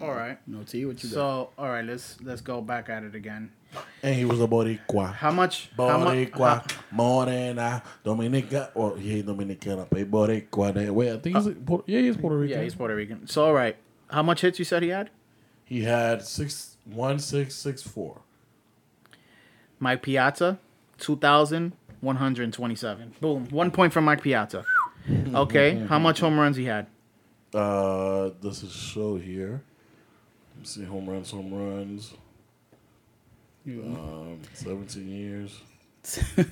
Speaker 2: All right.
Speaker 1: No, to you, what you got?
Speaker 2: So, all right, let's let's go back at it again.
Speaker 3: And he was a Boricua.
Speaker 2: How much? How mu-
Speaker 3: Boricua, Morena, Dominica. Well, he ain't Dominicana, but he Boricua. That way. I think he's, Puerto, yeah, he's Puerto Rican.
Speaker 2: Uh, yeah, he's Puerto Rican. So, all right, how much hits you said he had?
Speaker 3: he had six one six six four.
Speaker 2: Mike Piazza, two thousand one hundred twenty-seven. Boom. One point from Mike Piazza. Okay. How much home runs he had?
Speaker 3: Uh, this is show here. Let's see, home runs, home runs. Um, seventeen years,
Speaker 1: you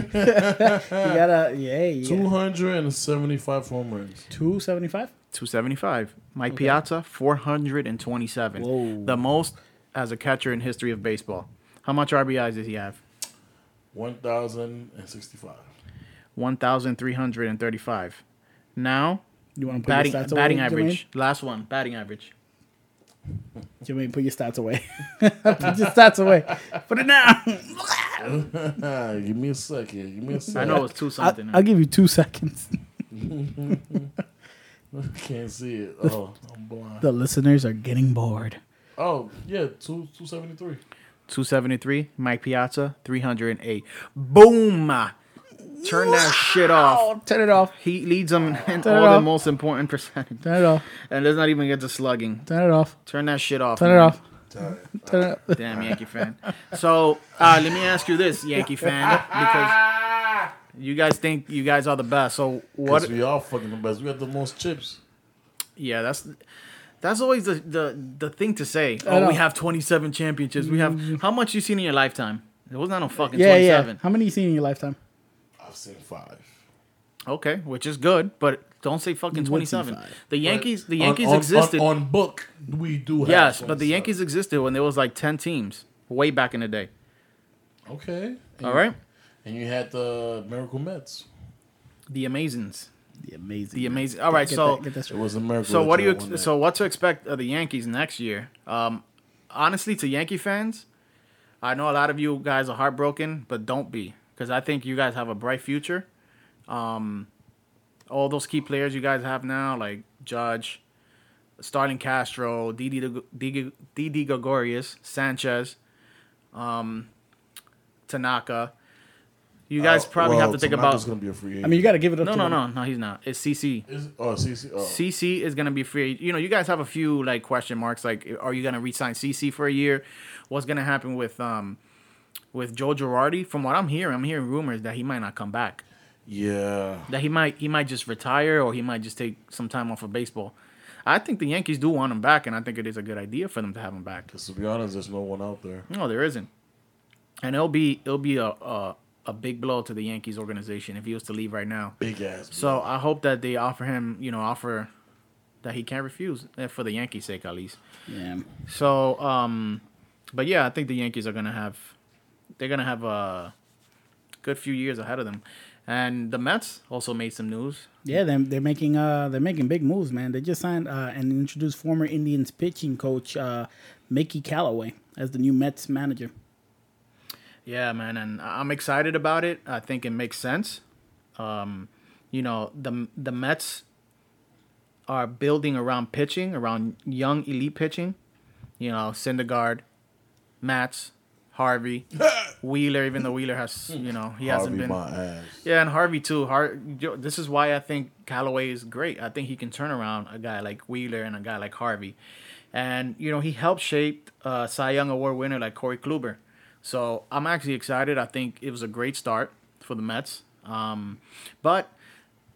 Speaker 1: gotta, yeah,
Speaker 3: two
Speaker 1: yeah.
Speaker 3: hundred and seventy-five home runs.
Speaker 1: Two seventy-five.
Speaker 2: Two seventy-five. Mike Piazza, four hundred and twenty-seven.
Speaker 1: Whoa.
Speaker 2: The most as a catcher in history of baseball. How much RBIs does he have?
Speaker 3: One thousand and sixty-five.
Speaker 2: 1,335. Now,
Speaker 1: You want to put
Speaker 2: batting,
Speaker 1: your stats
Speaker 2: batting
Speaker 1: away,
Speaker 2: average. Last one, batting average.
Speaker 1: Jermaine? Jermaine, put your stats away. put your stats away. Put it down.
Speaker 3: Give me a second. Give me a
Speaker 2: I
Speaker 3: second.
Speaker 2: know it's two
Speaker 1: I'll,
Speaker 2: something.
Speaker 1: I'll give you two seconds.
Speaker 3: Can't see it. Oh, I'm blind.
Speaker 1: The listeners are getting bored.
Speaker 3: Oh, yeah, two two seventy-three.
Speaker 2: 273. Mike Piazza, 308. Boom! Turn that shit off.
Speaker 1: Oh, turn it off.
Speaker 2: He leads them in
Speaker 1: Turn it
Speaker 2: all the
Speaker 1: off.
Speaker 2: most important percentage.
Speaker 1: Turn it off.
Speaker 2: And let's not even get to slugging.
Speaker 1: Turn it off.
Speaker 2: Turn that shit off.
Speaker 1: Turn it
Speaker 2: man.
Speaker 1: off. Turn it off.
Speaker 2: Damn Yankee fan. So uh, let me ask you this, Yankee fan, because you guys think you guys are the best. So what?
Speaker 3: Because we are fucking the best. We got the most chips.
Speaker 2: Yeah, that's that's always the the, the thing to say.
Speaker 1: I
Speaker 2: Oh, we
Speaker 1: know. Mm-hmm.
Speaker 2: have 27 championships. We have how much you seen in your lifetime? It was not no fucking
Speaker 1: Yeah, yeah.
Speaker 2: 27.
Speaker 1: How many you seen in your lifetime?
Speaker 3: I've seen five.
Speaker 2: Okay, which is good, but don't say fucking
Speaker 1: see
Speaker 2: 27.
Speaker 1: five.
Speaker 2: The Yankees, the
Speaker 3: On-
Speaker 2: Yankees
Speaker 3: on- on-
Speaker 2: existed.
Speaker 3: on, book. We do have
Speaker 2: yes, but the
Speaker 3: 27.
Speaker 2: Yankees existed when there was like 10 teams way back in the day.
Speaker 3: Okay. And
Speaker 2: All right?
Speaker 3: And you had the Miracle Mets.
Speaker 2: The Amazins.
Speaker 1: The amazing.
Speaker 2: The Amazing. All right,
Speaker 1: Get
Speaker 2: so
Speaker 1: that- get that straight.
Speaker 3: It was a miracle.
Speaker 2: So
Speaker 3: that
Speaker 2: what do you
Speaker 3: won
Speaker 2: ex-
Speaker 3: that.
Speaker 2: so what to expect of the Yankees next year? Um, honestly, to Yankee fans, I know a lot of you guys are heartbroken, but don't be, because I think you guys have a bright future. Um, all those key players you guys have now, like Judge, starting Castro, Didi Gre- Didi Didi Gregorius, Sanchez, um, Tanaka. You guys
Speaker 3: Oh,
Speaker 2: probably
Speaker 3: well,
Speaker 2: have to think
Speaker 3: Tanaka's
Speaker 2: about.
Speaker 3: gonna be a free agent.
Speaker 1: I mean, you got to give it up.
Speaker 2: No,
Speaker 1: to
Speaker 2: no,
Speaker 1: them.
Speaker 2: no, no. He's not. It's CC.
Speaker 3: Is, oh, CC. Oh.
Speaker 2: CC is gonna be free. You know, you guys have a few like question marks. Like, are you gonna resign CC for a year? What's gonna happen with um with Joe Girardi? From what I'm hearing, I'm hearing rumors that he might not come back.
Speaker 3: yeah.
Speaker 2: That he might he might just retire or he might just take some time off of baseball. I think the Yankees do want him back, and I think it is a good idea for them to have him back.
Speaker 3: Because to be honest, there's no one out there.
Speaker 2: No, there isn't, and it'll be it'll be a a, a big blow to the Yankees organization if he was to leave right now.
Speaker 3: Big ass.
Speaker 2: So I hope that they offer him, you know, offer that he can't refuse eh, for the Yankees' sake at least.
Speaker 1: Yeah.
Speaker 2: So, um, but yeah, I think the Yankees are gonna have, they're gonna have a good few years ahead of them, and the Mets also made some news.
Speaker 1: Yeah, they're, they're making uh they're making big moves, man. They just signed uh, and introduced former Indians pitching coach uh, Mickey Callaway as the new Mets manager.
Speaker 2: Yeah, man, and I- I'm excited about it. I think it makes sense. Um, you know, the the Mets are building around pitching, around young elite pitching. You know, Syndergaard, Mats, Harvey, Wheeler. Even though Wheeler has, you know, he hasn't
Speaker 3: Harvey,
Speaker 2: been.
Speaker 3: my ass.
Speaker 2: Yeah, and Harvey too. Har- yo- this is why I think Callaway is great. I think he can turn around a guy like Wheeler and a guy like Harvey, and you know he helped shape uh, Cy Young Award winner like Corey Kluber. So I'm actually excited. I think it was a great start for the Mets. Um, but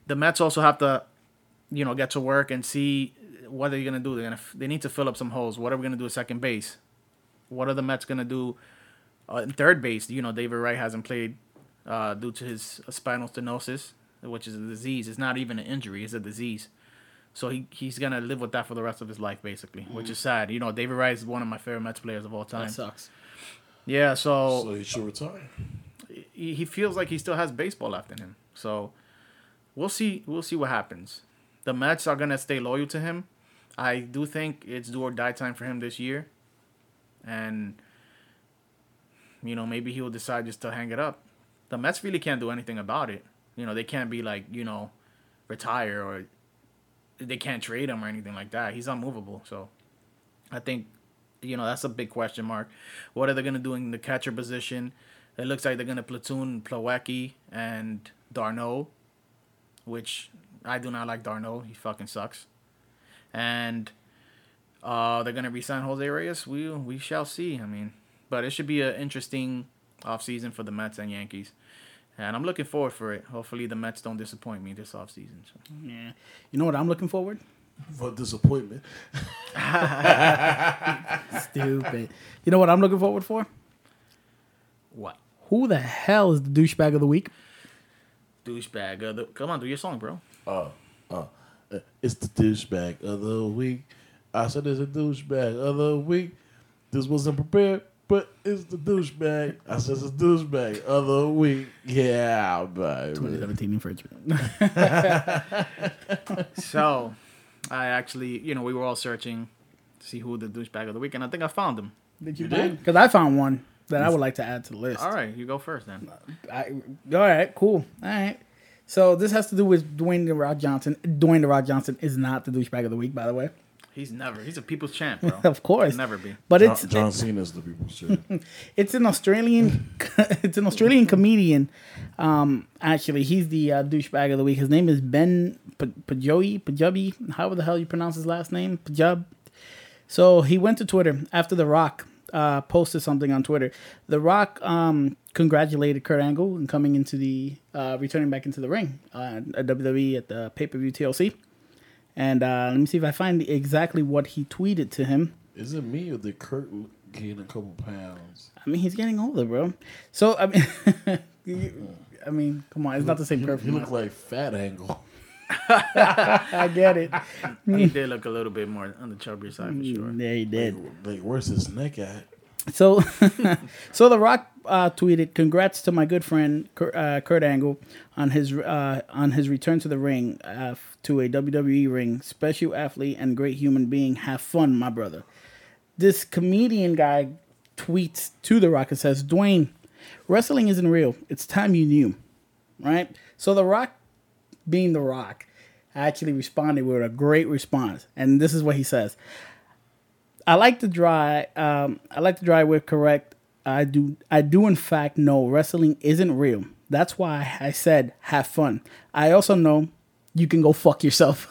Speaker 2: the Mets also have to, you know, get to work and see what they're gonna do. They're gonna f- they need to fill up some holes. What are we gonna do at second base? What are the Mets gonna do uh, in third base? You know, David Wright hasn't played uh, due to his spinal stenosis, which is a disease. It's not even an injury; it's a disease. So he, he's gonna live with that for the rest of his life, basically, which is sad. You know, David Wright is one of my favorite Mets players of all time.
Speaker 1: sucks.
Speaker 2: Yeah, so
Speaker 3: So he should retire.
Speaker 2: he, he feels like he still has baseball left in him. So we'll see we'll see what happens. The Mets are gonna stay loyal to him. I do think it's do or die time for him this year, and you know maybe he'll decide just to hang it up. The Mets really can't do anything about it. You know they can't be like you know retire or they can't trade him or anything like that. He's unmovable. So I think you know that's a big question mark. What are they gonna do in the catcher position? It looks like they're gonna platoon Plawecki and Darno, which I do not like Darno. He fucking sucks. And uh, they're gonna resign Jose Reyes. We we shall see. I mean, but it should be an interesting offseason for the Mets and Yankees. And I'm looking forward for it. Hopefully the Mets don't disappoint me this offseason. So.
Speaker 1: Yeah. You know what I'm looking forward?
Speaker 3: For disappointment.
Speaker 1: Stupid. you know what I'm looking forward for?
Speaker 2: What?
Speaker 1: Who the hell is the douchebag of the week?
Speaker 2: Douchebag. Uh, the, come on, do your song, bro.
Speaker 3: Uh, It's the douchebag of the week. I said it's a douchebag of the week. This wasn't prepared, but it's the douchebag. I said it's a douchebag of the week. Yeah, baby.
Speaker 1: 2017 infringement.
Speaker 2: So, I actually, you know, we were all searching to see who the douchebag of the week, and I think I found him.
Speaker 1: Did
Speaker 3: You did?
Speaker 1: Because I found one that I would like to add to the list.
Speaker 2: All right, you go first then.
Speaker 1: I, all right, cool. All right. So this has to do with Dwayne the Rock Johnson. Dwayne the Rock Johnson is not the douchebag of the week, by the way.
Speaker 2: He's never. He's a people's champ, bro.
Speaker 1: Of course,
Speaker 2: He'll never be.
Speaker 1: But
Speaker 3: John,
Speaker 1: it's
Speaker 3: John Cena's the people's champ.
Speaker 1: it's an Australian it's an Australian comedian. Um, actually, he's the uh, douchebag of the week. His name is Ben P- Pajoy Pajabi. How the hell you pronounce his last name? Pajab. So he went to Twitter after The Rock uh, posted something on Twitter. The Rock um, congratulated Kurt Angle and coming into the uh, returning back into the ring uh, at WWE at the pay per view TLC. And uh, let me see if I find exactly what he tweeted to him.
Speaker 3: Is it me or did Kurt gained a couple pounds.
Speaker 1: I mean, he's getting older, bro. So I mean, you- I mean, come on, it's not the same
Speaker 3: You,
Speaker 1: perfume.
Speaker 3: look like Fat Angle.
Speaker 1: I get it.
Speaker 2: He did look a little bit more on the chubby side for
Speaker 3: Mm.
Speaker 2: sure.
Speaker 1: Yeah, he did.
Speaker 3: Like, where's his neck at?
Speaker 1: So, so The Rock uh, tweeted, "Congrats to my good friend Kurt, uh, Kurt Angle on his uh, on his return to the ring uh, to a WWE ring. Special athlete and great human being. Have fun, my brother." This comedian guy tweets to The Rock and says, "Dwayne, wrestling isn't real. It's time you knew, right?" So The Rock, being The Rock, actually responded with a great response, and this is what he says. I like to dry. Um, I like to dry with correct. I do. I do in fact know wrestling isn't real. That's why I said have fun. I also know you can go fuck yourself.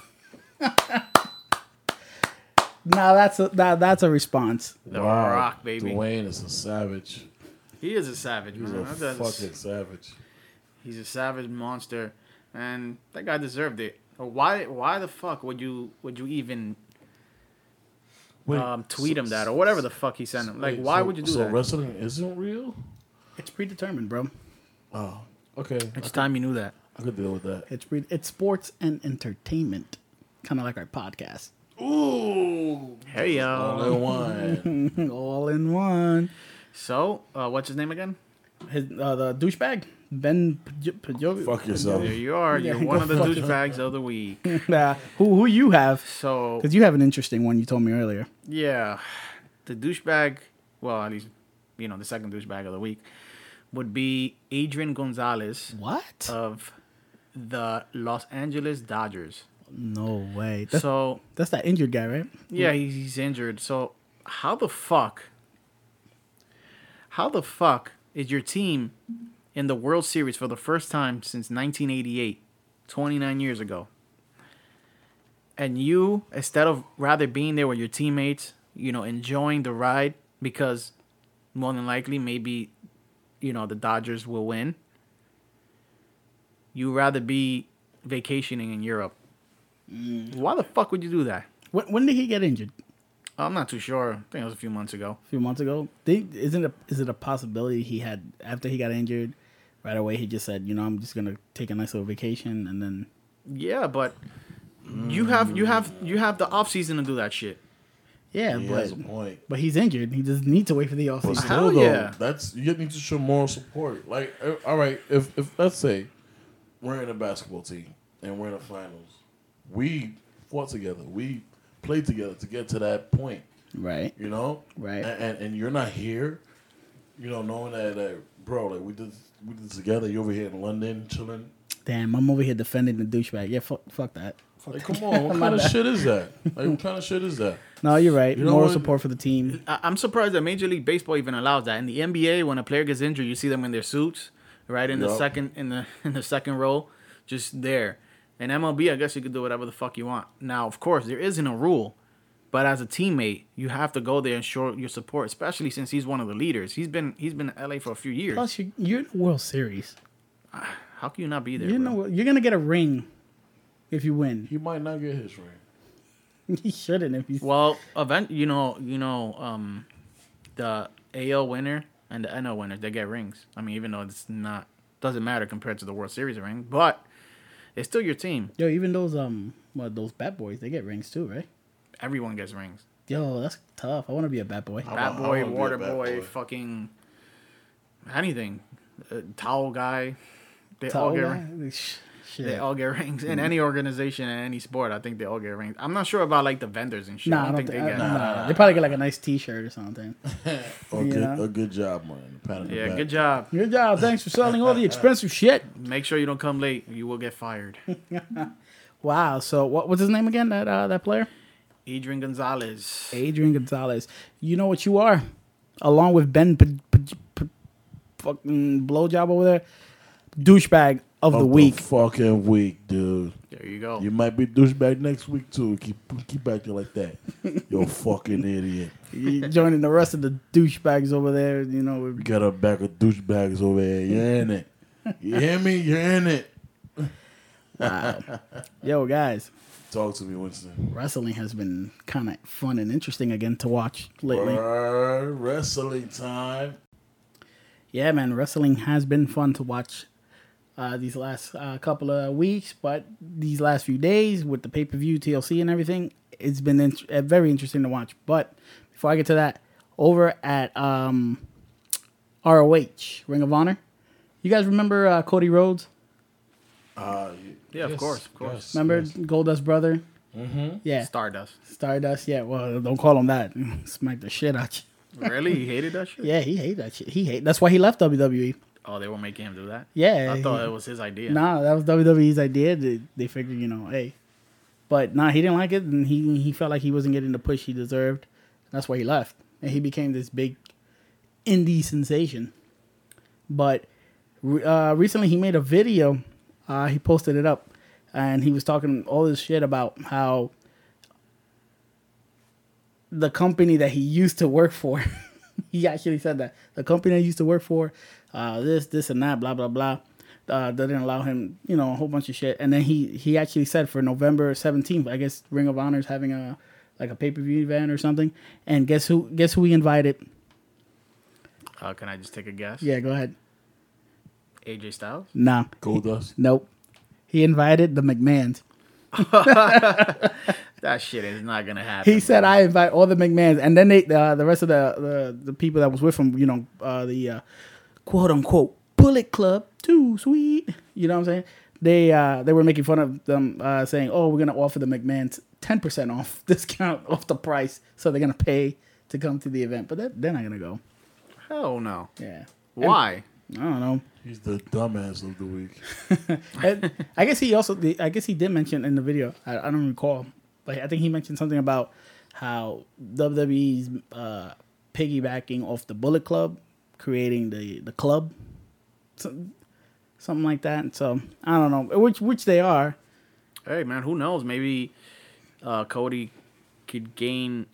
Speaker 1: now that's a now that's a response.
Speaker 2: The Rock, baby. Uh,
Speaker 3: Dwayne is a savage.
Speaker 2: He is a savage,
Speaker 3: He's
Speaker 2: man.
Speaker 3: a
Speaker 2: That's-
Speaker 3: fucking savage.
Speaker 2: He's a savage monster, and that guy deserved it. Why? Why the fuck would you would you even um, tweet him that or whatever the fuck he sent him? Like,
Speaker 3: Wait,
Speaker 2: why
Speaker 3: so-
Speaker 2: would you do
Speaker 3: so
Speaker 2: that?
Speaker 3: wrestling isn't real?
Speaker 1: It's predetermined, bro.
Speaker 3: Oh, okay.
Speaker 2: it's time you knew that.
Speaker 3: I could deal with that.
Speaker 1: It's pre- it's sports and entertainment, kind of like our podcast,
Speaker 3: Ooh,
Speaker 2: Hey
Speaker 3: all
Speaker 2: yo.
Speaker 3: in one.
Speaker 1: all in one.
Speaker 2: So, uh, what's his name again?
Speaker 1: His uh, the douchebag Ben Pj- Pj-
Speaker 3: Fuck yourself.
Speaker 2: There you are. You're
Speaker 1: Yeah,
Speaker 2: one
Speaker 1: go
Speaker 2: of the
Speaker 1: fuck
Speaker 2: douchebags of the week.
Speaker 1: Nah, who who you have?
Speaker 2: So
Speaker 1: Because you have an interesting one you told me earlier.
Speaker 2: yeah, the douchebag. Well, at least you know the second douchebag of the week would be Adrian Gonzalez
Speaker 1: What?
Speaker 2: of the Los Angeles Dodgers.
Speaker 1: no way. That's,
Speaker 2: so
Speaker 1: that's that injured guy, right?
Speaker 2: Yeah, he's, he's injured. So how the fuck? How the fuck is your team in the World Series for the first time since 1988, 29 years ago? And you, instead of rather being there with your teammates, you know, enjoying the ride because more than likely, maybe, you know, the Dodgers will win. You rather be vacationing in Europe. Why the fuck would you do that?
Speaker 1: When, when did he get injured?
Speaker 2: I'm not too sure. I think it was a few months ago.
Speaker 1: A few months ago. Did, isn't it? Is it a possibility he had after he got injured? Right away, he just said, "You know, I'm just gonna take a nice little vacation," and then
Speaker 2: Yeah, but you have you have you have the off season to do that shit.
Speaker 1: yeah,
Speaker 3: He
Speaker 1: but
Speaker 3: has a point.
Speaker 1: but he's injured. He just needs to wait for the
Speaker 3: But
Speaker 1: offseason.
Speaker 2: Hell
Speaker 3: still, though,
Speaker 2: yeah.
Speaker 3: that's you need to show moral support. Like, uh, all right, if if let's say we're in a basketball team and we're in the finals, we fought together, we played together to get to that point.
Speaker 1: Right.
Speaker 3: You know,
Speaker 1: Right.
Speaker 3: A- And and, you're not here, you know, knowing that, that bro, like we did we did this together. You over here in London chilling.
Speaker 1: Damn, I'm over here defending the douchebag. Yeah, fuck, fuck that.
Speaker 3: Like, come on, what kind of shit is that? Like, what kind of shit is that?
Speaker 1: No, you're right.
Speaker 3: You know
Speaker 1: Moral
Speaker 3: what?
Speaker 1: support for the team.
Speaker 2: I, I'm surprised that Major League Baseball even allows that. In the NBA, when a player gets injured, you see them in their suits, right in the
Speaker 3: Yup.
Speaker 2: second in the in the second row, just there. In MLB, I guess you could do whatever the fuck you want. Now, of course, there isn't a rule, but as a teammate, you have to go there and show your support, especially since he's one of the leaders. He's been he's been in LA for a few years.
Speaker 1: Plus, you're, you're in the World Series.
Speaker 2: How can you not be there?
Speaker 1: You
Speaker 2: bro?
Speaker 1: know, you're gonna get a ring if you win.
Speaker 3: He might not get his ring.
Speaker 1: he shouldn't if he's
Speaker 2: Well, event, you know, you know, um, the AL winner and the NL winner, they get rings. I mean, even though it's not doesn't matter compared to the World Series ring, but it's still your team.
Speaker 1: Yo, even those um, well, those bat boys, they get rings too, right?
Speaker 2: Everyone gets rings.
Speaker 1: Yo, that's tough. I want to be a bat boy.
Speaker 3: I
Speaker 2: Bat
Speaker 3: wa- I
Speaker 2: boy,
Speaker 3: wanna be a
Speaker 2: water
Speaker 3: bat
Speaker 2: boy,
Speaker 3: boy.
Speaker 2: fucking anything, uh, towel guy. They all
Speaker 1: Tall
Speaker 2: get
Speaker 1: guy? Mm-hmm.
Speaker 2: rings.
Speaker 1: Like, sh-
Speaker 2: They
Speaker 1: Shit.
Speaker 2: all get rings in any organization in any sport. I think they all get rings. I'm not sure about like the vendors and shit.
Speaker 1: Nah, I don't think
Speaker 2: they get. uh,
Speaker 1: I- nah, They probably get like a nice T-shirt or something.
Speaker 3: A
Speaker 1: Yeah.
Speaker 3: good, a good job, man. Pat on the
Speaker 2: Yeah,
Speaker 3: back.
Speaker 2: good job.
Speaker 1: Good job. Thanks for selling all the expensive shit.
Speaker 2: Make sure you don't come late. You will get fired.
Speaker 1: Wow. So what was his name again? That uh, that player,
Speaker 2: Adrian Gonzalez.
Speaker 1: Adrian Gonzalez. You know what you are, along with Ben, p- p- p- fucking blowjob over there, douchebag of the
Speaker 3: Of
Speaker 1: week.
Speaker 3: fucking week, dude.
Speaker 2: There you go.
Speaker 3: You might be douchebag next week too. Keep keep acting like that. You're a fucking idiot.
Speaker 1: You joining the rest of the douchebags over there. You know, with
Speaker 3: You got a bag of douchebags over here. You're in it. You hear me? You're in it.
Speaker 1: Yo, guys,
Speaker 3: Talk to me, Winston.
Speaker 1: Wrestling has been kind of fun and interesting again to watch lately.
Speaker 3: Brr, wrestling time.
Speaker 1: Yeah, man, wrestling has been fun to watch uh, these last uh, couple of weeks, but these last few days with the pay per view, TLC, and everything, it's been int- uh, very interesting to watch. But before I get to that, over at um, ROH, Ring of Honor, you guys remember uh, Cody Rhodes?
Speaker 3: Uh,
Speaker 2: Yeah, of course, of course.
Speaker 3: yes,
Speaker 1: Remember
Speaker 3: yes.
Speaker 1: Goldust brother? Mm-hmm. Yeah,
Speaker 2: Stardust.
Speaker 1: Stardust. Yeah, well, don't call him that. Smack the shit out you.
Speaker 2: Really? He hated that shit?
Speaker 1: Yeah, he hated that shit. He hate. That's why he left WWE.
Speaker 2: Oh, they were making him do that?
Speaker 1: Yeah,
Speaker 2: I thought
Speaker 1: he-
Speaker 2: it was his idea.
Speaker 1: Nah, that was WWE's idea. They, they figured, you know, hey, but nah, he didn't like it, and he he felt like he wasn't getting the push he deserved. That's why he left, and he became this big indie sensation. But re- uh, recently, he made a video. Uh, he posted it up, and he was talking all this shit about how the company that he used to work for. he actually said that the company I used to work for, uh, this, this, and that, blah, blah, blah. Uh, they didn't allow him, you know, a whole bunch of shit. And then he he actually said for November seventeenth, I guess Ring of Honor is having a like a pay per view event or something. And guess who? Guess who he invited?
Speaker 2: Uh, can I just take a guess?
Speaker 1: Yeah, go ahead.
Speaker 2: AJ Styles?
Speaker 1: Nah,
Speaker 3: Goldust.
Speaker 1: nope. He invited the McMahons.
Speaker 2: That shit is not going to happen.
Speaker 1: He said, "I invite all the McMahons," and then they uh, the rest of the, the the people that was with him, you know, uh, the uh, quote unquote Bullet Club, too sweet. You know what I'm saying? They uh, they were making fun of them, uh, saying, "Oh, we're gonna offer the McMahons ten percent off discount off the price, so they're gonna pay to come to the event." But that, they're not gonna go.
Speaker 2: Hell no.
Speaker 1: Yeah,
Speaker 2: Why?
Speaker 1: I don't know.
Speaker 3: He's the dumbass of the week.
Speaker 1: And I guess he also, I guess he did mention in the video. I, I don't recall, but I think he mentioned something about how WWE's uh, piggybacking off the Bullet Club, creating the the club, so, something like that. And so I don't know which which they are.
Speaker 2: Hey, man, who knows? Maybe uh, Cody could gain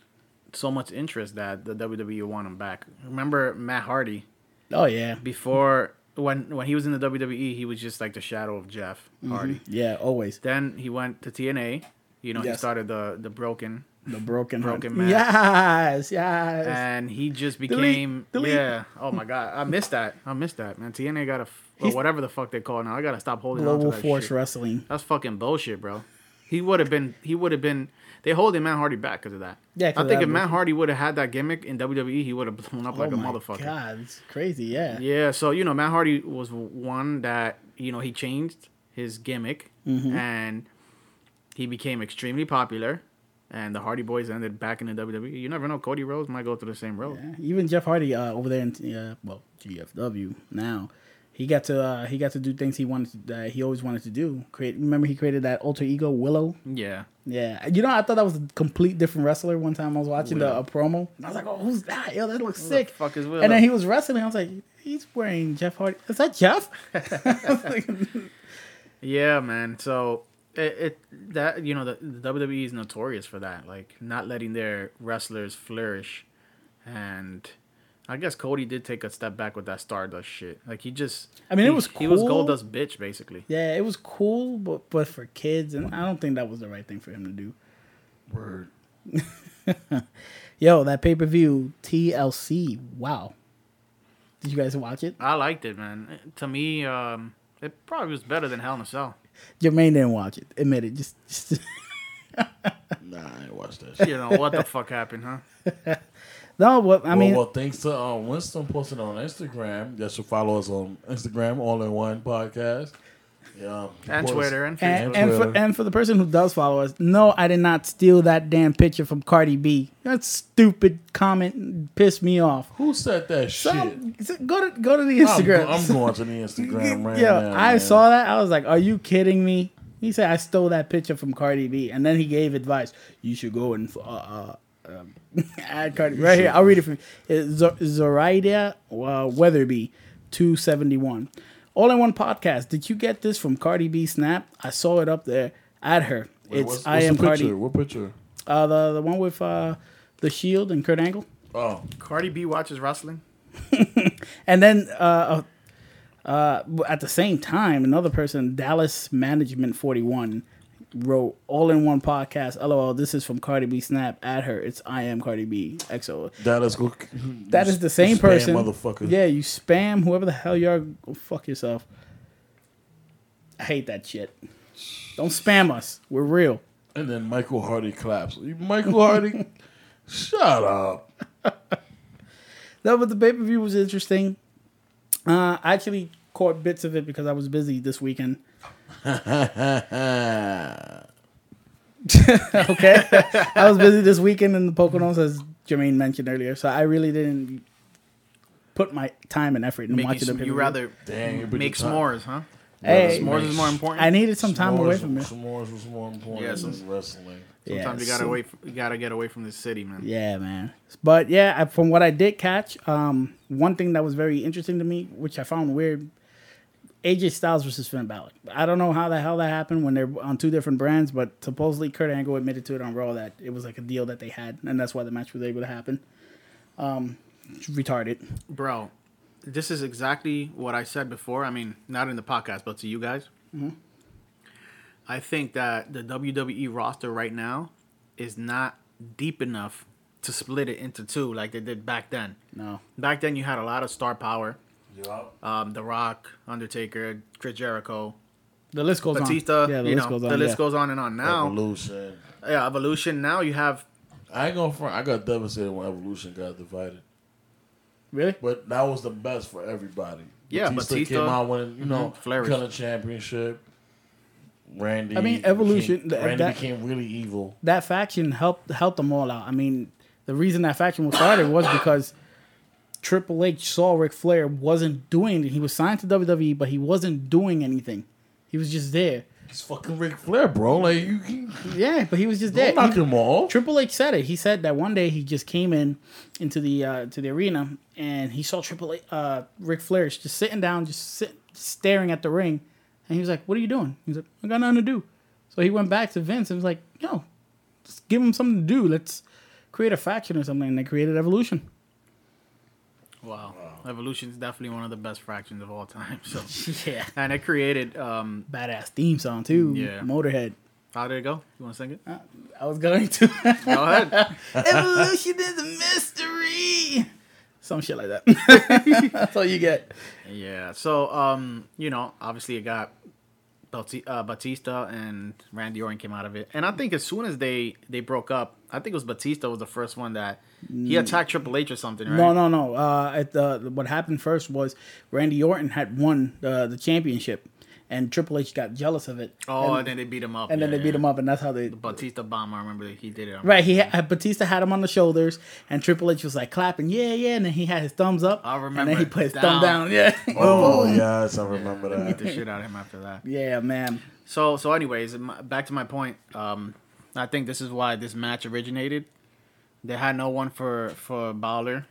Speaker 2: so much interest that the WWE will want him back. Remember Matt Hardy?
Speaker 1: Oh yeah,
Speaker 2: Before, when, when he was in the WWE, he was just like the shadow of Jeff Hardy.
Speaker 1: yeah, always
Speaker 2: Then he went to TNA. You know, he
Speaker 1: Mm-hmm. Yes.
Speaker 2: started the, the broken.
Speaker 1: the broken heart.
Speaker 2: Broken man.
Speaker 1: Yes, yes.
Speaker 2: and he just
Speaker 1: Delete,
Speaker 2: became
Speaker 1: delete.
Speaker 2: yeah. Oh my god, I missed that. I missed that man. TNA got a or
Speaker 1: He's-
Speaker 2: whatever the fuck they call it now. I gotta stop holding on
Speaker 1: Global
Speaker 2: to that
Speaker 1: Force
Speaker 2: shit.
Speaker 1: Wrestling.
Speaker 2: That's fucking bullshit, bro. He would have been. He would have been. They holding Matt Hardy back because of that.
Speaker 1: Yeah, 'cause
Speaker 2: I
Speaker 1: of
Speaker 2: think
Speaker 1: that
Speaker 2: if Matt
Speaker 1: bullshit.
Speaker 2: Hardy would have had that gimmick in WWE, he would have blown up like
Speaker 1: oh
Speaker 2: a
Speaker 1: my
Speaker 2: motherfucker.
Speaker 1: god, it's crazy. Yeah,
Speaker 2: Yeah, so you know, Matt Hardy was one that you know he changed his gimmick
Speaker 1: Mm-hmm.
Speaker 2: and he became extremely popular. And the Hardy Boys ended back in the WWE. You never know, Cody Rhodes might go through the same road.
Speaker 1: Yeah, Even Jeff Hardy uh, over there in uh, well GFW now, he got to uh, he got to do things he wanted to, that he always wanted to do. Create remember he created that alter ego Willow.
Speaker 2: Yeah,
Speaker 1: Yeah, you know I thought that was a complete different wrestler. One time I was watching the,
Speaker 2: Willow.
Speaker 1: a promo, and I was like, oh who's that? Yo, that looks
Speaker 2: Who the
Speaker 1: sick.
Speaker 2: fuck is Willow?
Speaker 1: And then he was wrestling. I was like, he's wearing Jeff Hardy. Is that Jeff?
Speaker 2: yeah, man. So it, it that you know the, the WWE is notorious for that, like not letting their wrestlers flourish. And I guess Cody did take a step back with that Stardust shit. Like he just,
Speaker 1: I mean, it
Speaker 2: he-
Speaker 1: was
Speaker 2: he was
Speaker 1: cool.
Speaker 2: Goldust bitch basically.
Speaker 1: yeah, it was cool, but but for kids, and I don't think that was the right thing for him to do.
Speaker 3: Word.
Speaker 1: Yo, that pay per view TLC. Wow, did you guys watch it?
Speaker 2: I liked it, man. To me, um, it probably was better than Hell in a Cell.
Speaker 1: Jermaine didn't watch it. Admit it. Just, just-
Speaker 3: Nah, I ain't watched that shit.
Speaker 2: You know what the fuck happened, huh?
Speaker 1: no. What I mean,
Speaker 3: well, well, thanks to uh, Winston posting on Instagram. You should follow us on Instagram, All in One Podcast. Yeah,
Speaker 2: And
Speaker 3: of course.
Speaker 2: Twitter and
Speaker 1: and,
Speaker 2: Facebook.
Speaker 1: and for and for the person who does follow us, no, I did not steal that damn picture from Cardi B. That stupid comment pissed me off.
Speaker 3: Who said that shit?
Speaker 1: Some, go to go to the
Speaker 3: I'm,
Speaker 1: Instagram.
Speaker 3: go- I'm going to the Instagram right
Speaker 1: Yo,
Speaker 3: now.
Speaker 1: I
Speaker 3: man.
Speaker 1: saw that. I was like, "Are you kidding me?" He said, "I stole that picture from Cardi B," and then he gave advice. You should go and uh, uh, um, add Cardi right here. I'll read it for you. It's Z- Zoraida uh, Weatherby, two seventy one. All in one podcast. Did you get this from Cardi B Snap? I saw it up there. Add her.
Speaker 3: Wait,
Speaker 1: it's
Speaker 3: what's-
Speaker 1: I
Speaker 3: what's
Speaker 1: am
Speaker 3: the picture?
Speaker 1: Cardi.
Speaker 3: What picture?
Speaker 1: Uh, the the one with uh, the Shield and Kurt Angle.
Speaker 3: Oh,
Speaker 2: Cardi B watches wrestling.
Speaker 1: And then uh, uh, uh, at the same time, another person, Dallas Management 41, wrote all in one podcast. LOL, this is from Cardi B Snap. At her, it's I am Cardi B XO.
Speaker 3: That is go-
Speaker 1: That is the same
Speaker 3: spam
Speaker 1: person.
Speaker 3: motherfucker.
Speaker 1: Yeah, you spam whoever the hell you are. Go fuck yourself. I hate that shit. Don't spam us. We're real.
Speaker 3: And then Michael Hardy claps. Michael Hardy, shut up.
Speaker 1: No, but the pay per view was interesting. Uh, I actually caught bits of it because I was busy this weekend. okay, I was busy this weekend in the Poconos, as Jermaine mentioned earlier. So I really didn't put my time and effort in
Speaker 2: Making
Speaker 1: watching the
Speaker 2: some-
Speaker 1: pay
Speaker 2: you rather
Speaker 3: Dang, you put
Speaker 2: make
Speaker 3: the time-
Speaker 2: s'mores, huh?
Speaker 1: Hey,
Speaker 2: S'mores is more important.
Speaker 1: I needed some time away
Speaker 3: S'mores-
Speaker 1: from it.
Speaker 3: S'mores was more important
Speaker 2: Yes.
Speaker 3: than wrestling.
Speaker 2: Sometimes you gotta
Speaker 1: so-
Speaker 2: wait. You gotta get away from this city, man.
Speaker 1: Yeah, man. But yeah, I, from what I did catch, um, one thing that was very interesting to me, which I found weird, AJ Styles versus Finn Balor. I don't know how the hell that happened when they're on two different brands, but supposedly Kurt Angle admitted to it on Raw that it was like a deal that they had, and that's why the match was able to happen. Um, retarded.
Speaker 2: bro this is exactly what i said before i mean not in the podcast but to you guys
Speaker 1: Mm-hmm.
Speaker 2: i think that the wwe roster right now is not deep enough to split it into two like they did back then
Speaker 1: No.
Speaker 2: back then you had a lot of star power
Speaker 3: Yup.
Speaker 2: um, the rock undertaker chris jericho
Speaker 1: The list goes
Speaker 2: batista
Speaker 1: on. Yeah, the
Speaker 2: you
Speaker 1: list
Speaker 2: know
Speaker 1: goes on.
Speaker 2: the list
Speaker 1: yeah.
Speaker 2: goes on and on now
Speaker 3: Evolution.
Speaker 2: yeah evolution now you have
Speaker 3: I ain't gonna front. I got devastated when Evolution got divided,
Speaker 1: Really?
Speaker 3: but that was the best for everybody.
Speaker 2: Yeah, Batista.
Speaker 3: came out winning, you know,
Speaker 2: Mhm,
Speaker 3: mm
Speaker 2: flourished.
Speaker 3: the championship. Randy.
Speaker 1: Mm-hmm. I mean, Evolution,
Speaker 3: became-
Speaker 1: th-
Speaker 3: Randy
Speaker 1: that-
Speaker 3: became really evil.
Speaker 1: that faction helped helped them all out. I mean, the reason that faction was started was because Triple H saw Ric Flair wasn't doing He was signed to WWE, but he wasn't doing anything. He was just there.
Speaker 3: It's fucking Ric Flair, bro. Like you can
Speaker 1: Yeah, but he was just there.
Speaker 3: don't knock
Speaker 1: He-
Speaker 3: him off.
Speaker 1: Triple H said it. He said that one day he just came in into the uh, to the arena and he saw Triple H, uh, Ric Flair just sitting down, just sit, staring at the ring, and he was like, "What are you doing?" He's like, "I got nothing to do." So he went back to Vince and was like, "Yo, let's give him something to do. Let's create a faction or something." And they created Evolution.
Speaker 2: wow, evolution is definitely one of the best fractions of all time so
Speaker 1: Yeah,
Speaker 2: and it created um
Speaker 1: badass theme song too.
Speaker 2: Yeah.
Speaker 1: Motorhead.
Speaker 2: how did it go you want to sing
Speaker 1: Uh.
Speaker 2: it
Speaker 1: I was going to.
Speaker 2: go ahead
Speaker 1: Evolution is a mystery. Some shit like that. That's all you get.
Speaker 2: Yeah. So, um, you know, obviously it got Bati- uh, Batista and Randy Orton came out of it, and I think as soon as they they broke up, I think it was Batista was the first one that he attacked Triple H or something, right?
Speaker 1: Mm. No, no, no. Uh, at the, what happened first was Randy Orton had won the, the championship, and Triple H got jealous of it.
Speaker 2: Oh, and,
Speaker 1: and,
Speaker 2: then they beat him up.
Speaker 1: and then
Speaker 2: yeah,
Speaker 1: they beat him
Speaker 2: yeah.
Speaker 1: up, and that's how they.
Speaker 2: Batista bomb. I remember that he did it. on-
Speaker 1: Right, he had, Batista had him on the shoulders, and Triple H was like clapping, yeah, yeah, and then he had his thumbs up.
Speaker 2: I
Speaker 1: And
Speaker 2: remember
Speaker 1: then he put his thumb down,
Speaker 2: down.
Speaker 1: yeah.
Speaker 3: Oh yes, I remember
Speaker 2: Beat the
Speaker 3: that.
Speaker 2: shit out of him after that.
Speaker 1: yeah, man.
Speaker 2: So, so anyways, m- back to my point. Um, I think this is why this match originated. They had no one for for Balor,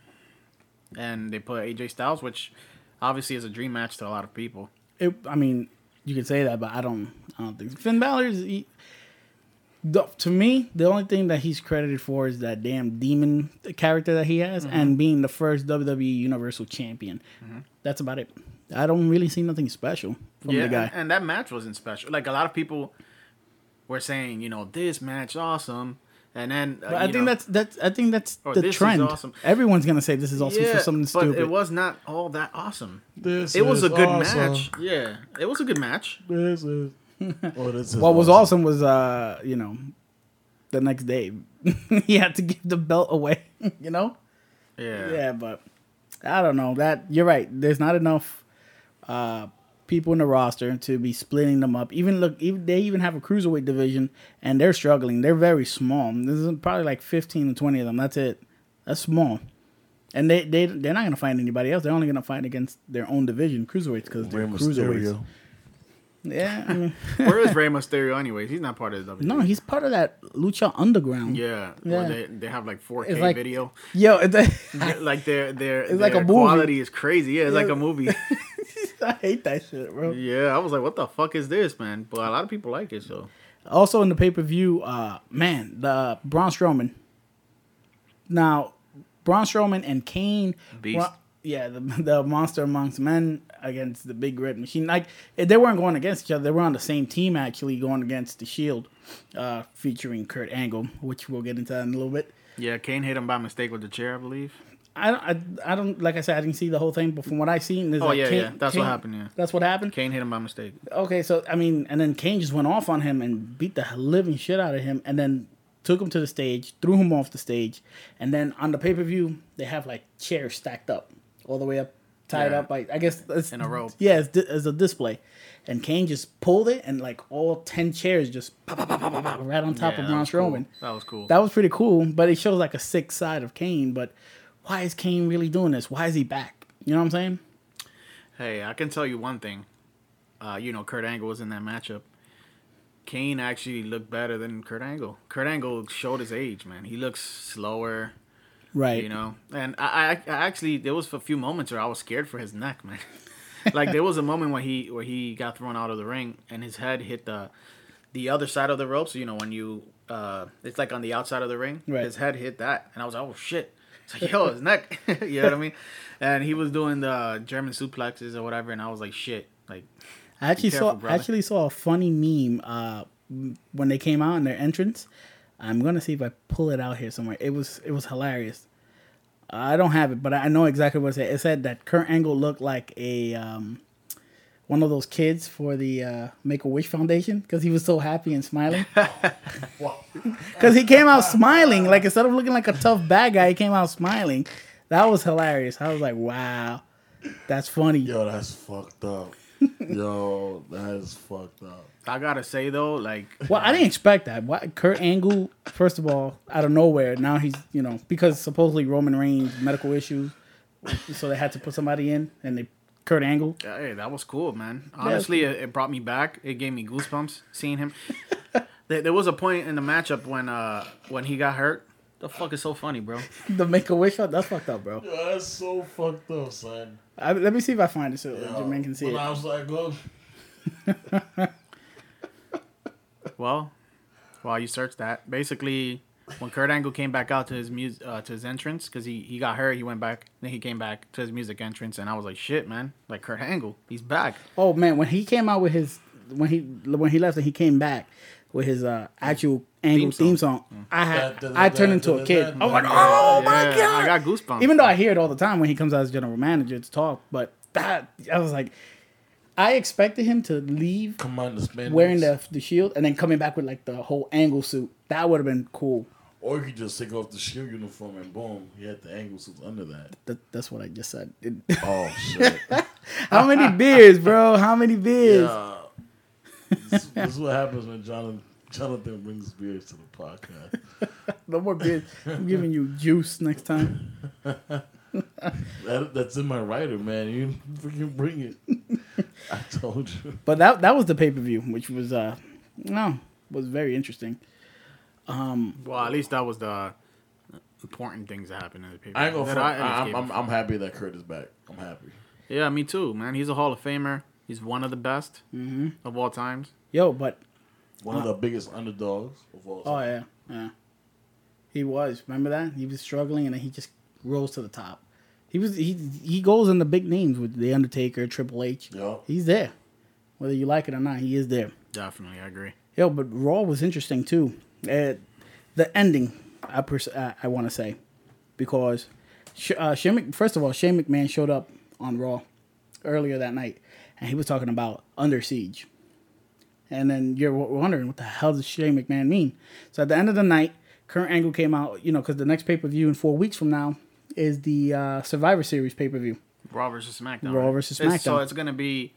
Speaker 2: and they put AJ Styles, which obviously is a dream match to a lot of people.
Speaker 1: It, I mean, you could say that, but I don't. I don't think Finn Balor's. He, the, to me, the only thing that he's credited for is that damn demon character that he has,
Speaker 2: Mm-hmm.
Speaker 1: and being the first WWE Universal Champion. That's about it. I don't really see nothing special from the guy.
Speaker 2: and- uh, and that match wasn't special. Like a lot of people were saying, you know, this match awesome, and then uh,
Speaker 1: But I
Speaker 2: you
Speaker 1: think
Speaker 2: know,
Speaker 1: that's that's I think that's
Speaker 2: Or
Speaker 1: the
Speaker 2: this is
Speaker 1: trend.
Speaker 2: awesome.
Speaker 1: Everyone's gonna say this is awesome
Speaker 2: yeah,
Speaker 1: for something
Speaker 2: but
Speaker 1: stupid.
Speaker 2: it was not all that awesome.
Speaker 3: This
Speaker 2: It was
Speaker 3: is
Speaker 2: a good
Speaker 3: awesome.
Speaker 2: match. Yeah, it was a good match.
Speaker 3: This is. Oh, this is
Speaker 1: what was awesome was uh you know, the next day he had to give the belt away. You know.
Speaker 2: Yeah,
Speaker 1: Yeah, but I don't know that you're right. There's not enough uh, people in the roster to be splitting them up. Even look, even they even have a cruiserweight division, and they're struggling. They're very small. This is probably like 15 to 20 of them. That's it. That's small. And they they they're not gonna find anybody else. They're only gonna fight against their own division cruiserweights because they're
Speaker 3: Rey
Speaker 1: cruiserweights.
Speaker 3: Mysterio.
Speaker 1: Yeah, I mean,
Speaker 2: Where is Rey Mysterio? Anyways, he's not part of the E. WWE.
Speaker 1: no, he's part of that Lucha Underground.
Speaker 2: Yeah,
Speaker 1: Yeah.
Speaker 2: Or they they have like 4K
Speaker 1: It's like-
Speaker 2: video.
Speaker 1: yo, it's-
Speaker 2: like their their
Speaker 1: It's like
Speaker 2: their
Speaker 1: a movie.
Speaker 2: quality is crazy. Yeah, it's like
Speaker 1: Yeah.
Speaker 2: a movie.
Speaker 1: I hate that shit, bro.
Speaker 2: yeah, I was like, what the fuck is this, man? But a lot of people like it, so
Speaker 1: Also in the pay per view, uh, man, the Braun Strowman. Now, Braun Strowman and Kane.
Speaker 2: Beast.
Speaker 1: Bra- yeah, the, the monster amongst men against the big red machine. Like eh, they weren't going against each other; they were on the same team actually, going against the Shield, uh, featuring Kurt Angle, which we'll get into that in a little bit.
Speaker 2: Yeah, Kane hit him by mistake with the chair, I believe.
Speaker 1: I don't, I, I don't like I said I didn't see the whole thing, but from what I seen, there's
Speaker 2: Oh,
Speaker 1: like
Speaker 2: yeah,
Speaker 1: Kane-
Speaker 2: yeah. That's what
Speaker 1: Kane-
Speaker 2: happened, yeah.
Speaker 1: that's what happened.
Speaker 2: Kane hit him by mistake.
Speaker 1: Okay, so I mean, and then Kane just went off on him and beat the living shit out of him, and then took him to the stage, threw him off the stage, and then on the pay per view they have like chairs stacked up all the way up, tied
Speaker 2: Yeah.
Speaker 1: up like I guess it's,
Speaker 2: In a row.
Speaker 1: Yeah, it's, di- it's a display, and Kane just pulled it, and like all ten chairs just pop, pop, pop, pop, pop, pop, right on top
Speaker 2: Yeah,
Speaker 1: of
Speaker 2: that
Speaker 1: Braun
Speaker 2: was cool.
Speaker 1: Strowman.
Speaker 2: That was cool.
Speaker 1: That was pretty cool, but it shows like a sick side of Kane. But why is Kane really doing this? Why is he back? You know what I'm saying?
Speaker 2: Hey, I can tell you one thing. Uh, you know, Kurt Angle was in that matchup. Kane actually looked better than Kurt Angle. Kurt Angle showed his age, man. He looks slower,
Speaker 1: Right.
Speaker 2: you know. And I, I, I actually there was a few moments where I was scared for his neck, man. like there was a moment where he where he got thrown out of the ring and his head hit the the other side of the rope. So you know when you uh, it's like on the outside of the ring,
Speaker 1: Right.
Speaker 2: his head hit that, and I was like, oh shit. It's like, yo, his neck. you know what I mean? And he was doing the German suplexes or whatever, and I was like, shit. Like,
Speaker 1: I actually
Speaker 2: careful,
Speaker 1: saw I
Speaker 2: brother.
Speaker 1: actually saw a funny meme uh, m- when they came out in their entrance. I'm gonna see if I pull it out here somewhere. It was it was hilarious. I don't have it, but I know exactly what it said. It said that Kurt Angle looked like a um, one of those kids for the uh, Make a Wish Foundation because he was so happy and smiling.
Speaker 3: Wow.
Speaker 1: Because he came out smiling, like instead of looking like a tough bad guy, he came out smiling. That was hilarious. I was like, wow, that's funny.
Speaker 3: Yo, that's fucked up. Yo, that's fucked up.
Speaker 2: I gotta say though, like,
Speaker 1: Well, I didn't expect that. Why, Kurt Angle, first of all, out of nowhere, now he's you know because supposedly Roman Reigns medical issues, so they had to put somebody in, and they Kurt Angle.
Speaker 2: hey, that was cool, man. Honestly, it, it brought me back. It gave me goosebumps seeing him. there, there was a point in the matchup when uh when he got hurt. The fuck is so funny, bro?
Speaker 1: The Make a Wish, that's fucked up, bro.
Speaker 3: Yo, that's so fucked up, son.
Speaker 1: I, let me see if I find it so
Speaker 3: Yo,
Speaker 1: Jermaine can see
Speaker 3: when
Speaker 1: it.
Speaker 3: I was like, oh, look,
Speaker 2: Well, while you search that, basically, when Kurt Angle came back out to his music uh, to his entrance because he he got hurt, he went back, then he came back to his music entrance, and I was like, shit, man, like Kurt Angle, he's back.
Speaker 1: Oh man, when he came out with his when he when he left and he came back with his uh, actual Angle
Speaker 2: song.
Speaker 1: theme song, I had
Speaker 3: Da, da, da,
Speaker 1: I turned
Speaker 3: da,
Speaker 1: into
Speaker 3: da,
Speaker 1: a kid.
Speaker 3: da,
Speaker 1: I'm like,
Speaker 3: da,
Speaker 1: oh
Speaker 3: da,
Speaker 1: my
Speaker 2: Yeah,
Speaker 1: god,
Speaker 2: I got goosebumps.
Speaker 1: Even though I hear it all the time when he comes out as general manager to talk, but that I was like, I expected him to leave
Speaker 3: come on, the spandex.
Speaker 1: wearing the the shield and then coming back with like the whole angle suit. That would have been cool.
Speaker 3: Or you could just take off the shield uniform and boom, he had the angle suits under that.
Speaker 1: That, that's what I just said. It-
Speaker 3: Oh shit.
Speaker 1: how many beers, bro? How many beers?
Speaker 3: yeah. This, this is what happens when Jonathan Jonathan brings beers to the podcast.
Speaker 1: No more beers. I'm giving you juice next time.
Speaker 3: That, that's in my writer, man. You freaking bring it. I told you.
Speaker 1: But that that was the pay per view, which was uh no was very interesting.
Speaker 2: Well, at least that was the important things that happened in the paper.
Speaker 3: I ain't gonna.
Speaker 2: That
Speaker 3: Front,
Speaker 2: at least
Speaker 3: I,
Speaker 2: gave
Speaker 3: I'm,
Speaker 2: a
Speaker 3: I'm, I'm happy that Kurt is back. I'm happy.
Speaker 2: Yeah, me too, man. He's a Hall of Famer. He's one of the best
Speaker 1: Mm-hmm.
Speaker 2: of all times.
Speaker 1: Yo, but
Speaker 3: One of the biggest underdogs of all
Speaker 1: oh
Speaker 3: time.
Speaker 1: yeah, yeah. He was. Remember that he was struggling, and then he just rose to the top. He was he he goes in the big names with the Undertaker, Triple H.
Speaker 3: Yo.
Speaker 1: He's there, whether you like it or not. He is there.
Speaker 2: Definitely, I agree.
Speaker 1: Yo, but Raw was interesting too. Uh, the ending, I pers- uh, I want to say, because Sh- uh, Shane Mc- first of all, Shane McMahon showed up on Raw earlier that night, and he was talking about Under Siege, and then you're w- wondering what the hell does Shane McMahon mean? So at the end of the night, Kurt Angle came out, you know, because the next pay per view in four weeks from now is the uh, Survivor Series pay per view.
Speaker 2: Raw versus SmackDown.
Speaker 1: Raw
Speaker 2: right?
Speaker 1: versus
Speaker 2: It's- so
Speaker 1: SmackDown.
Speaker 2: it's gonna be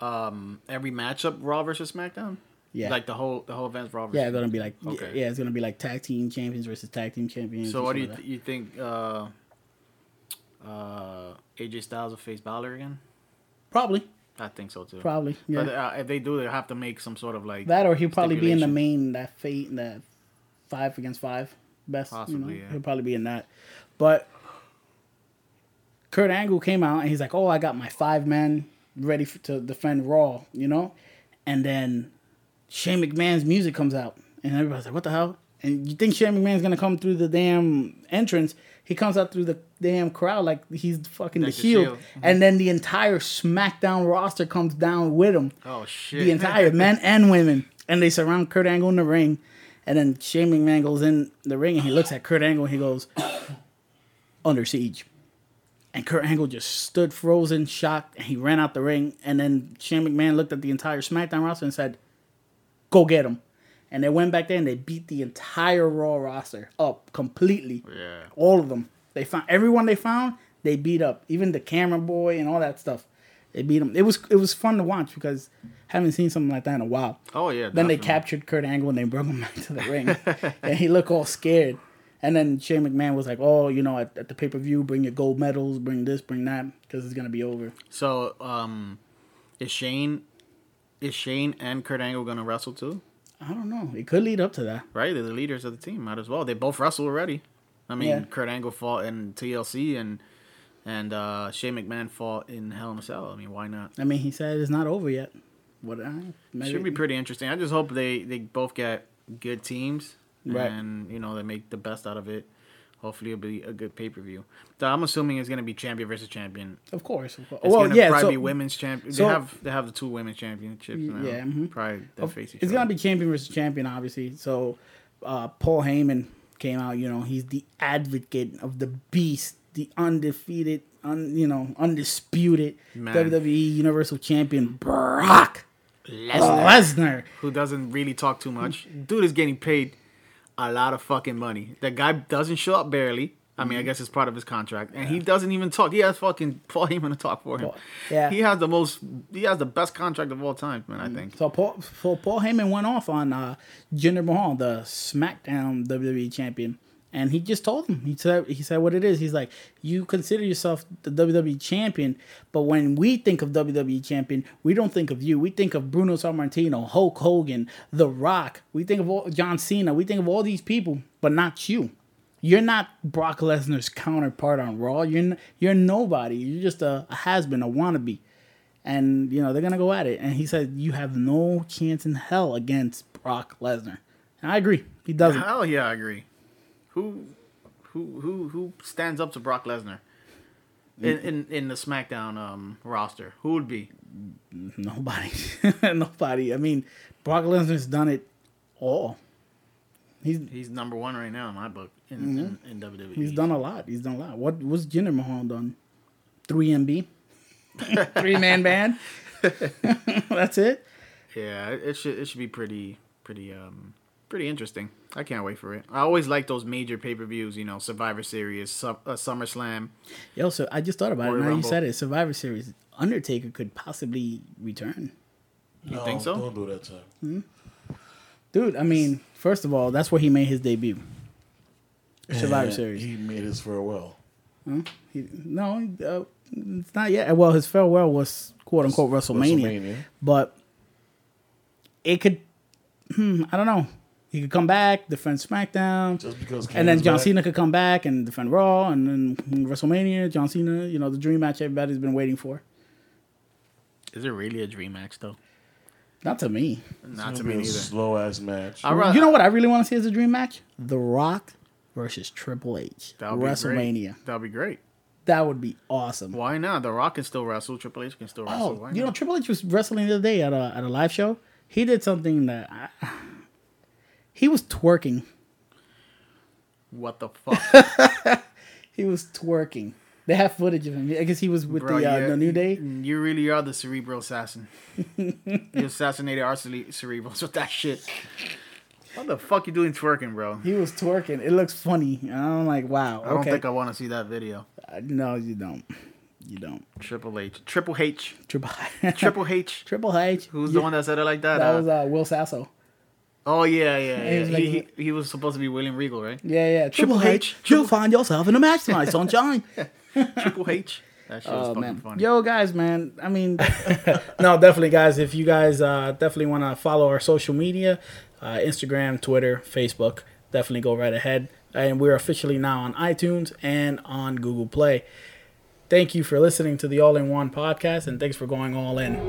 Speaker 2: um every matchup Raw versus SmackDown.
Speaker 1: Yeah.
Speaker 2: Like the whole the whole event's Raw versus.
Speaker 1: Yeah, it's gonna be like
Speaker 2: Okay.
Speaker 1: yeah, it's gonna be like tag team champions versus tag team champions.
Speaker 2: So
Speaker 1: and
Speaker 2: what do
Speaker 1: shit
Speaker 2: you
Speaker 1: like
Speaker 2: th- you think? Uh, uh, AJ Styles will face Balor again.
Speaker 1: that. Probably,
Speaker 2: I think so too.
Speaker 1: probably. Yeah.
Speaker 2: But uh, if they do, they have to make some sort of like
Speaker 1: That or he'll probably be in the
Speaker 2: Stipulation.
Speaker 1: main that fate that five against five best.
Speaker 2: Possibly,
Speaker 1: you know?
Speaker 2: yeah.
Speaker 1: He'll probably be in that. But Kurt Angle came out and he's like, "Oh, I got my five men ready f to defend Raw," you know, and then Shane McMahon's music comes out and everybody's like, "What the hell?" And you think Shane McMahon's gonna come through the damn entrance? He comes out through the damn crowd like he's fucking
Speaker 2: Like
Speaker 1: the
Speaker 2: the
Speaker 1: shield,
Speaker 2: Shield.
Speaker 1: and then the entire SmackDown roster comes down with him.
Speaker 2: Oh shit.
Speaker 1: The entire men and women, and they surround Kurt Angle in the ring, and then Shane McMahon goes in the ring and he looks at Kurt Angle and he goes, "Under siege." And Kurt Angle just stood frozen, shocked, and he ran out the ring. And then Shane McMahon looked at the entire SmackDown roster and said, "Go get him." And they went back there and they beat the entire Raw roster up completely.
Speaker 2: Yeah.
Speaker 1: All of them. They found everyone they found. They beat up even the camera boy and all that stuff. They beat him. It was it was fun to watch because I haven't seen something like that in a while.
Speaker 2: Oh yeah.
Speaker 1: Then they
Speaker 2: definitely.
Speaker 1: captured Kurt Angle and they brought him back to the ring, and he looked all scared. And then Shane McMahon was like, "Oh, you know, at, at the pay per view, bring your gold medals, bring this, bring that, because it's gonna be over."
Speaker 2: So um, is Shane, is Shane and Kurt Angle gonna wrestle too?
Speaker 1: I don't know. It could lead up to that.
Speaker 2: Right, they're the leaders of the team. Might as well. They both wrestle already. I mean,
Speaker 1: Yeah.
Speaker 2: Kurt Angle fought in TLC and and uh, Shane McMahon fought in Hell in a Cell. I mean, why not?
Speaker 1: I mean, he said it's not over yet. What I maybe,
Speaker 2: Should be pretty interesting. I just hope they they both get good teams
Speaker 1: Right.
Speaker 2: and you know they make the best out of it. Hopefully, it'll be a good pay per view. So I'm assuming it's gonna be champion versus champion.
Speaker 1: of course. Of course.
Speaker 2: It's
Speaker 1: well,
Speaker 2: gonna
Speaker 1: yeah.
Speaker 2: probably
Speaker 1: So,
Speaker 2: be women's champion.
Speaker 1: so-
Speaker 2: they have they have the two women's championships now.
Speaker 1: yeah, mhm.
Speaker 2: probably they
Speaker 1: Of-
Speaker 2: face each
Speaker 1: it's
Speaker 2: other.
Speaker 1: gonna be champion versus champion, obviously. So, uh, Paul Heyman came out. You know, he's the advocate of the beast, the undefeated, un, you know, undisputed
Speaker 2: Man.
Speaker 1: WWE Universal Champion Brock uh, Lesnar.
Speaker 2: who doesn't really talk too much. Dude is getting paid a lot of fucking money. The guy doesn't show up barely. I
Speaker 1: Mm-hmm.
Speaker 2: mean, I guess it's part of his contract, and he doesn't even talk. He has fucking Paul Heyman to talk for him.
Speaker 1: Yeah. Mm-hmm.
Speaker 2: he has the most. He has the best contract of all time, man. I think.
Speaker 1: So Paul, so Paul Heyman went off on uh, Jinder Mahal, the SmackDown WWE champion, and he just told him. He said he said what it is. He's like, you consider yourself the WWE champion, but when we think of WWE champion, we don't think of you. We think of Bruno Sammartino, Hulk Hogan, The Rock. We think of all, John Cena. We think of all these people, but not you. You're not Brock Lesnar's counterpart on Raw. You're n- you're nobody. You're just a, a has been, a wannabe and you know they're gonna go at it. And he said, "You have no chance in hell against Brock Lesnar." And I agree, he doesn't.
Speaker 2: Hell yeah, I agree. Who, who, who, who stands up to Brock Lesnar? In, in in the SmackDown um, roster, who would be?
Speaker 1: Nobody, nobody. I mean, Brock Lesnar's done it all. He's
Speaker 2: He's number one right now in my book in, in, E. in WWE.
Speaker 1: Mm-hmm. he's done a lot. He's done a lot. What was Jinder Mahal done? Three MB, three man band. That's it.
Speaker 2: Yeah, it it should it should be pretty pretty um pretty interesting. I can't wait for it. I always like those major pay per views, you know, Survivor Series, Su- uh, SummerSlam.
Speaker 1: Yo, so I just thought about
Speaker 2: Royal
Speaker 1: it. Now you
Speaker 2: Rumble.
Speaker 1: said it. Survivor Series. Undertaker could possibly return.
Speaker 3: You no,
Speaker 2: think so?
Speaker 3: Don't do that time.
Speaker 1: Dude, I mean, first of all, that's where he made his debut. Survivor
Speaker 3: And
Speaker 1: Series.
Speaker 3: He made his farewell.
Speaker 1: He, no, uh, it's not yet. Well, his farewell was quote unquote WrestleMania,
Speaker 3: WrestleMania.
Speaker 1: but it could. Hmm, I don't know. He could come back, defend SmackDown,
Speaker 3: Just because. Kane
Speaker 1: and then
Speaker 3: is
Speaker 1: John
Speaker 3: back,
Speaker 1: Cena could come back and defend Raw, and then WrestleMania, John Cena. You know, the dream match everybody's been waiting for.
Speaker 2: Is it really a dream match though?
Speaker 1: Not to me.
Speaker 2: Not
Speaker 3: It's
Speaker 2: to
Speaker 3: gonna
Speaker 2: me
Speaker 3: be
Speaker 2: either.
Speaker 3: a slow ass match.
Speaker 2: I ra-
Speaker 1: you know what I really want to see as a dream match? The Rock versus Triple H
Speaker 2: That would be
Speaker 1: WrestleMania.
Speaker 2: great. That would be great.
Speaker 1: That would be awesome.
Speaker 2: Why not? The Rock can still wrestle. Triple H can still wrestle.
Speaker 1: Oh,
Speaker 2: Why
Speaker 1: you know,
Speaker 2: not?
Speaker 1: Triple H was wrestling the other day at a at a live show. He did something that I, he was twerking.
Speaker 2: what the fuck,
Speaker 1: He was twerking. They have footage of him. I guess he was with
Speaker 2: bro?
Speaker 1: the uh,
Speaker 2: you-
Speaker 1: the New Day.
Speaker 2: You really are the cerebral assassin. you assassinated our cere- cerebrals with that shit. What the fuck you doing twerking, bro?
Speaker 1: He was twerking. It looks funny. And I'm like, wow.
Speaker 2: I don't
Speaker 1: okay.
Speaker 2: think I want to see that video.
Speaker 1: Uh, no, you don't. You don't.
Speaker 2: Triple H. Triple H.
Speaker 1: Triple
Speaker 2: Triple H.
Speaker 1: Triple H.
Speaker 2: Who's
Speaker 1: Yeah,
Speaker 2: the one that said it like that?
Speaker 1: That
Speaker 2: Uh,
Speaker 1: was uh, Will Sasso.
Speaker 2: oh yeah, yeah.
Speaker 1: He
Speaker 2: yeah.
Speaker 1: was
Speaker 2: He,
Speaker 1: like-
Speaker 2: he, he was supposed to be William Regal, right?
Speaker 1: Yeah, yeah. Triple,
Speaker 2: Triple
Speaker 1: H.
Speaker 2: H.
Speaker 1: You'll find yourself in a match tonight, sunshine.
Speaker 2: Triple H. That shit was
Speaker 1: Oh
Speaker 2: fucking
Speaker 1: man,
Speaker 2: funny.
Speaker 1: yo guys, man. I mean, no, definitely, guys. If you guys uh, definitely want to follow our social media, uh, Instagram, Twitter, Facebook, definitely go right ahead. And we're officially now on iTunes and on Google Play. Thank you for listening to the All in One podcast, and thanks for going all in.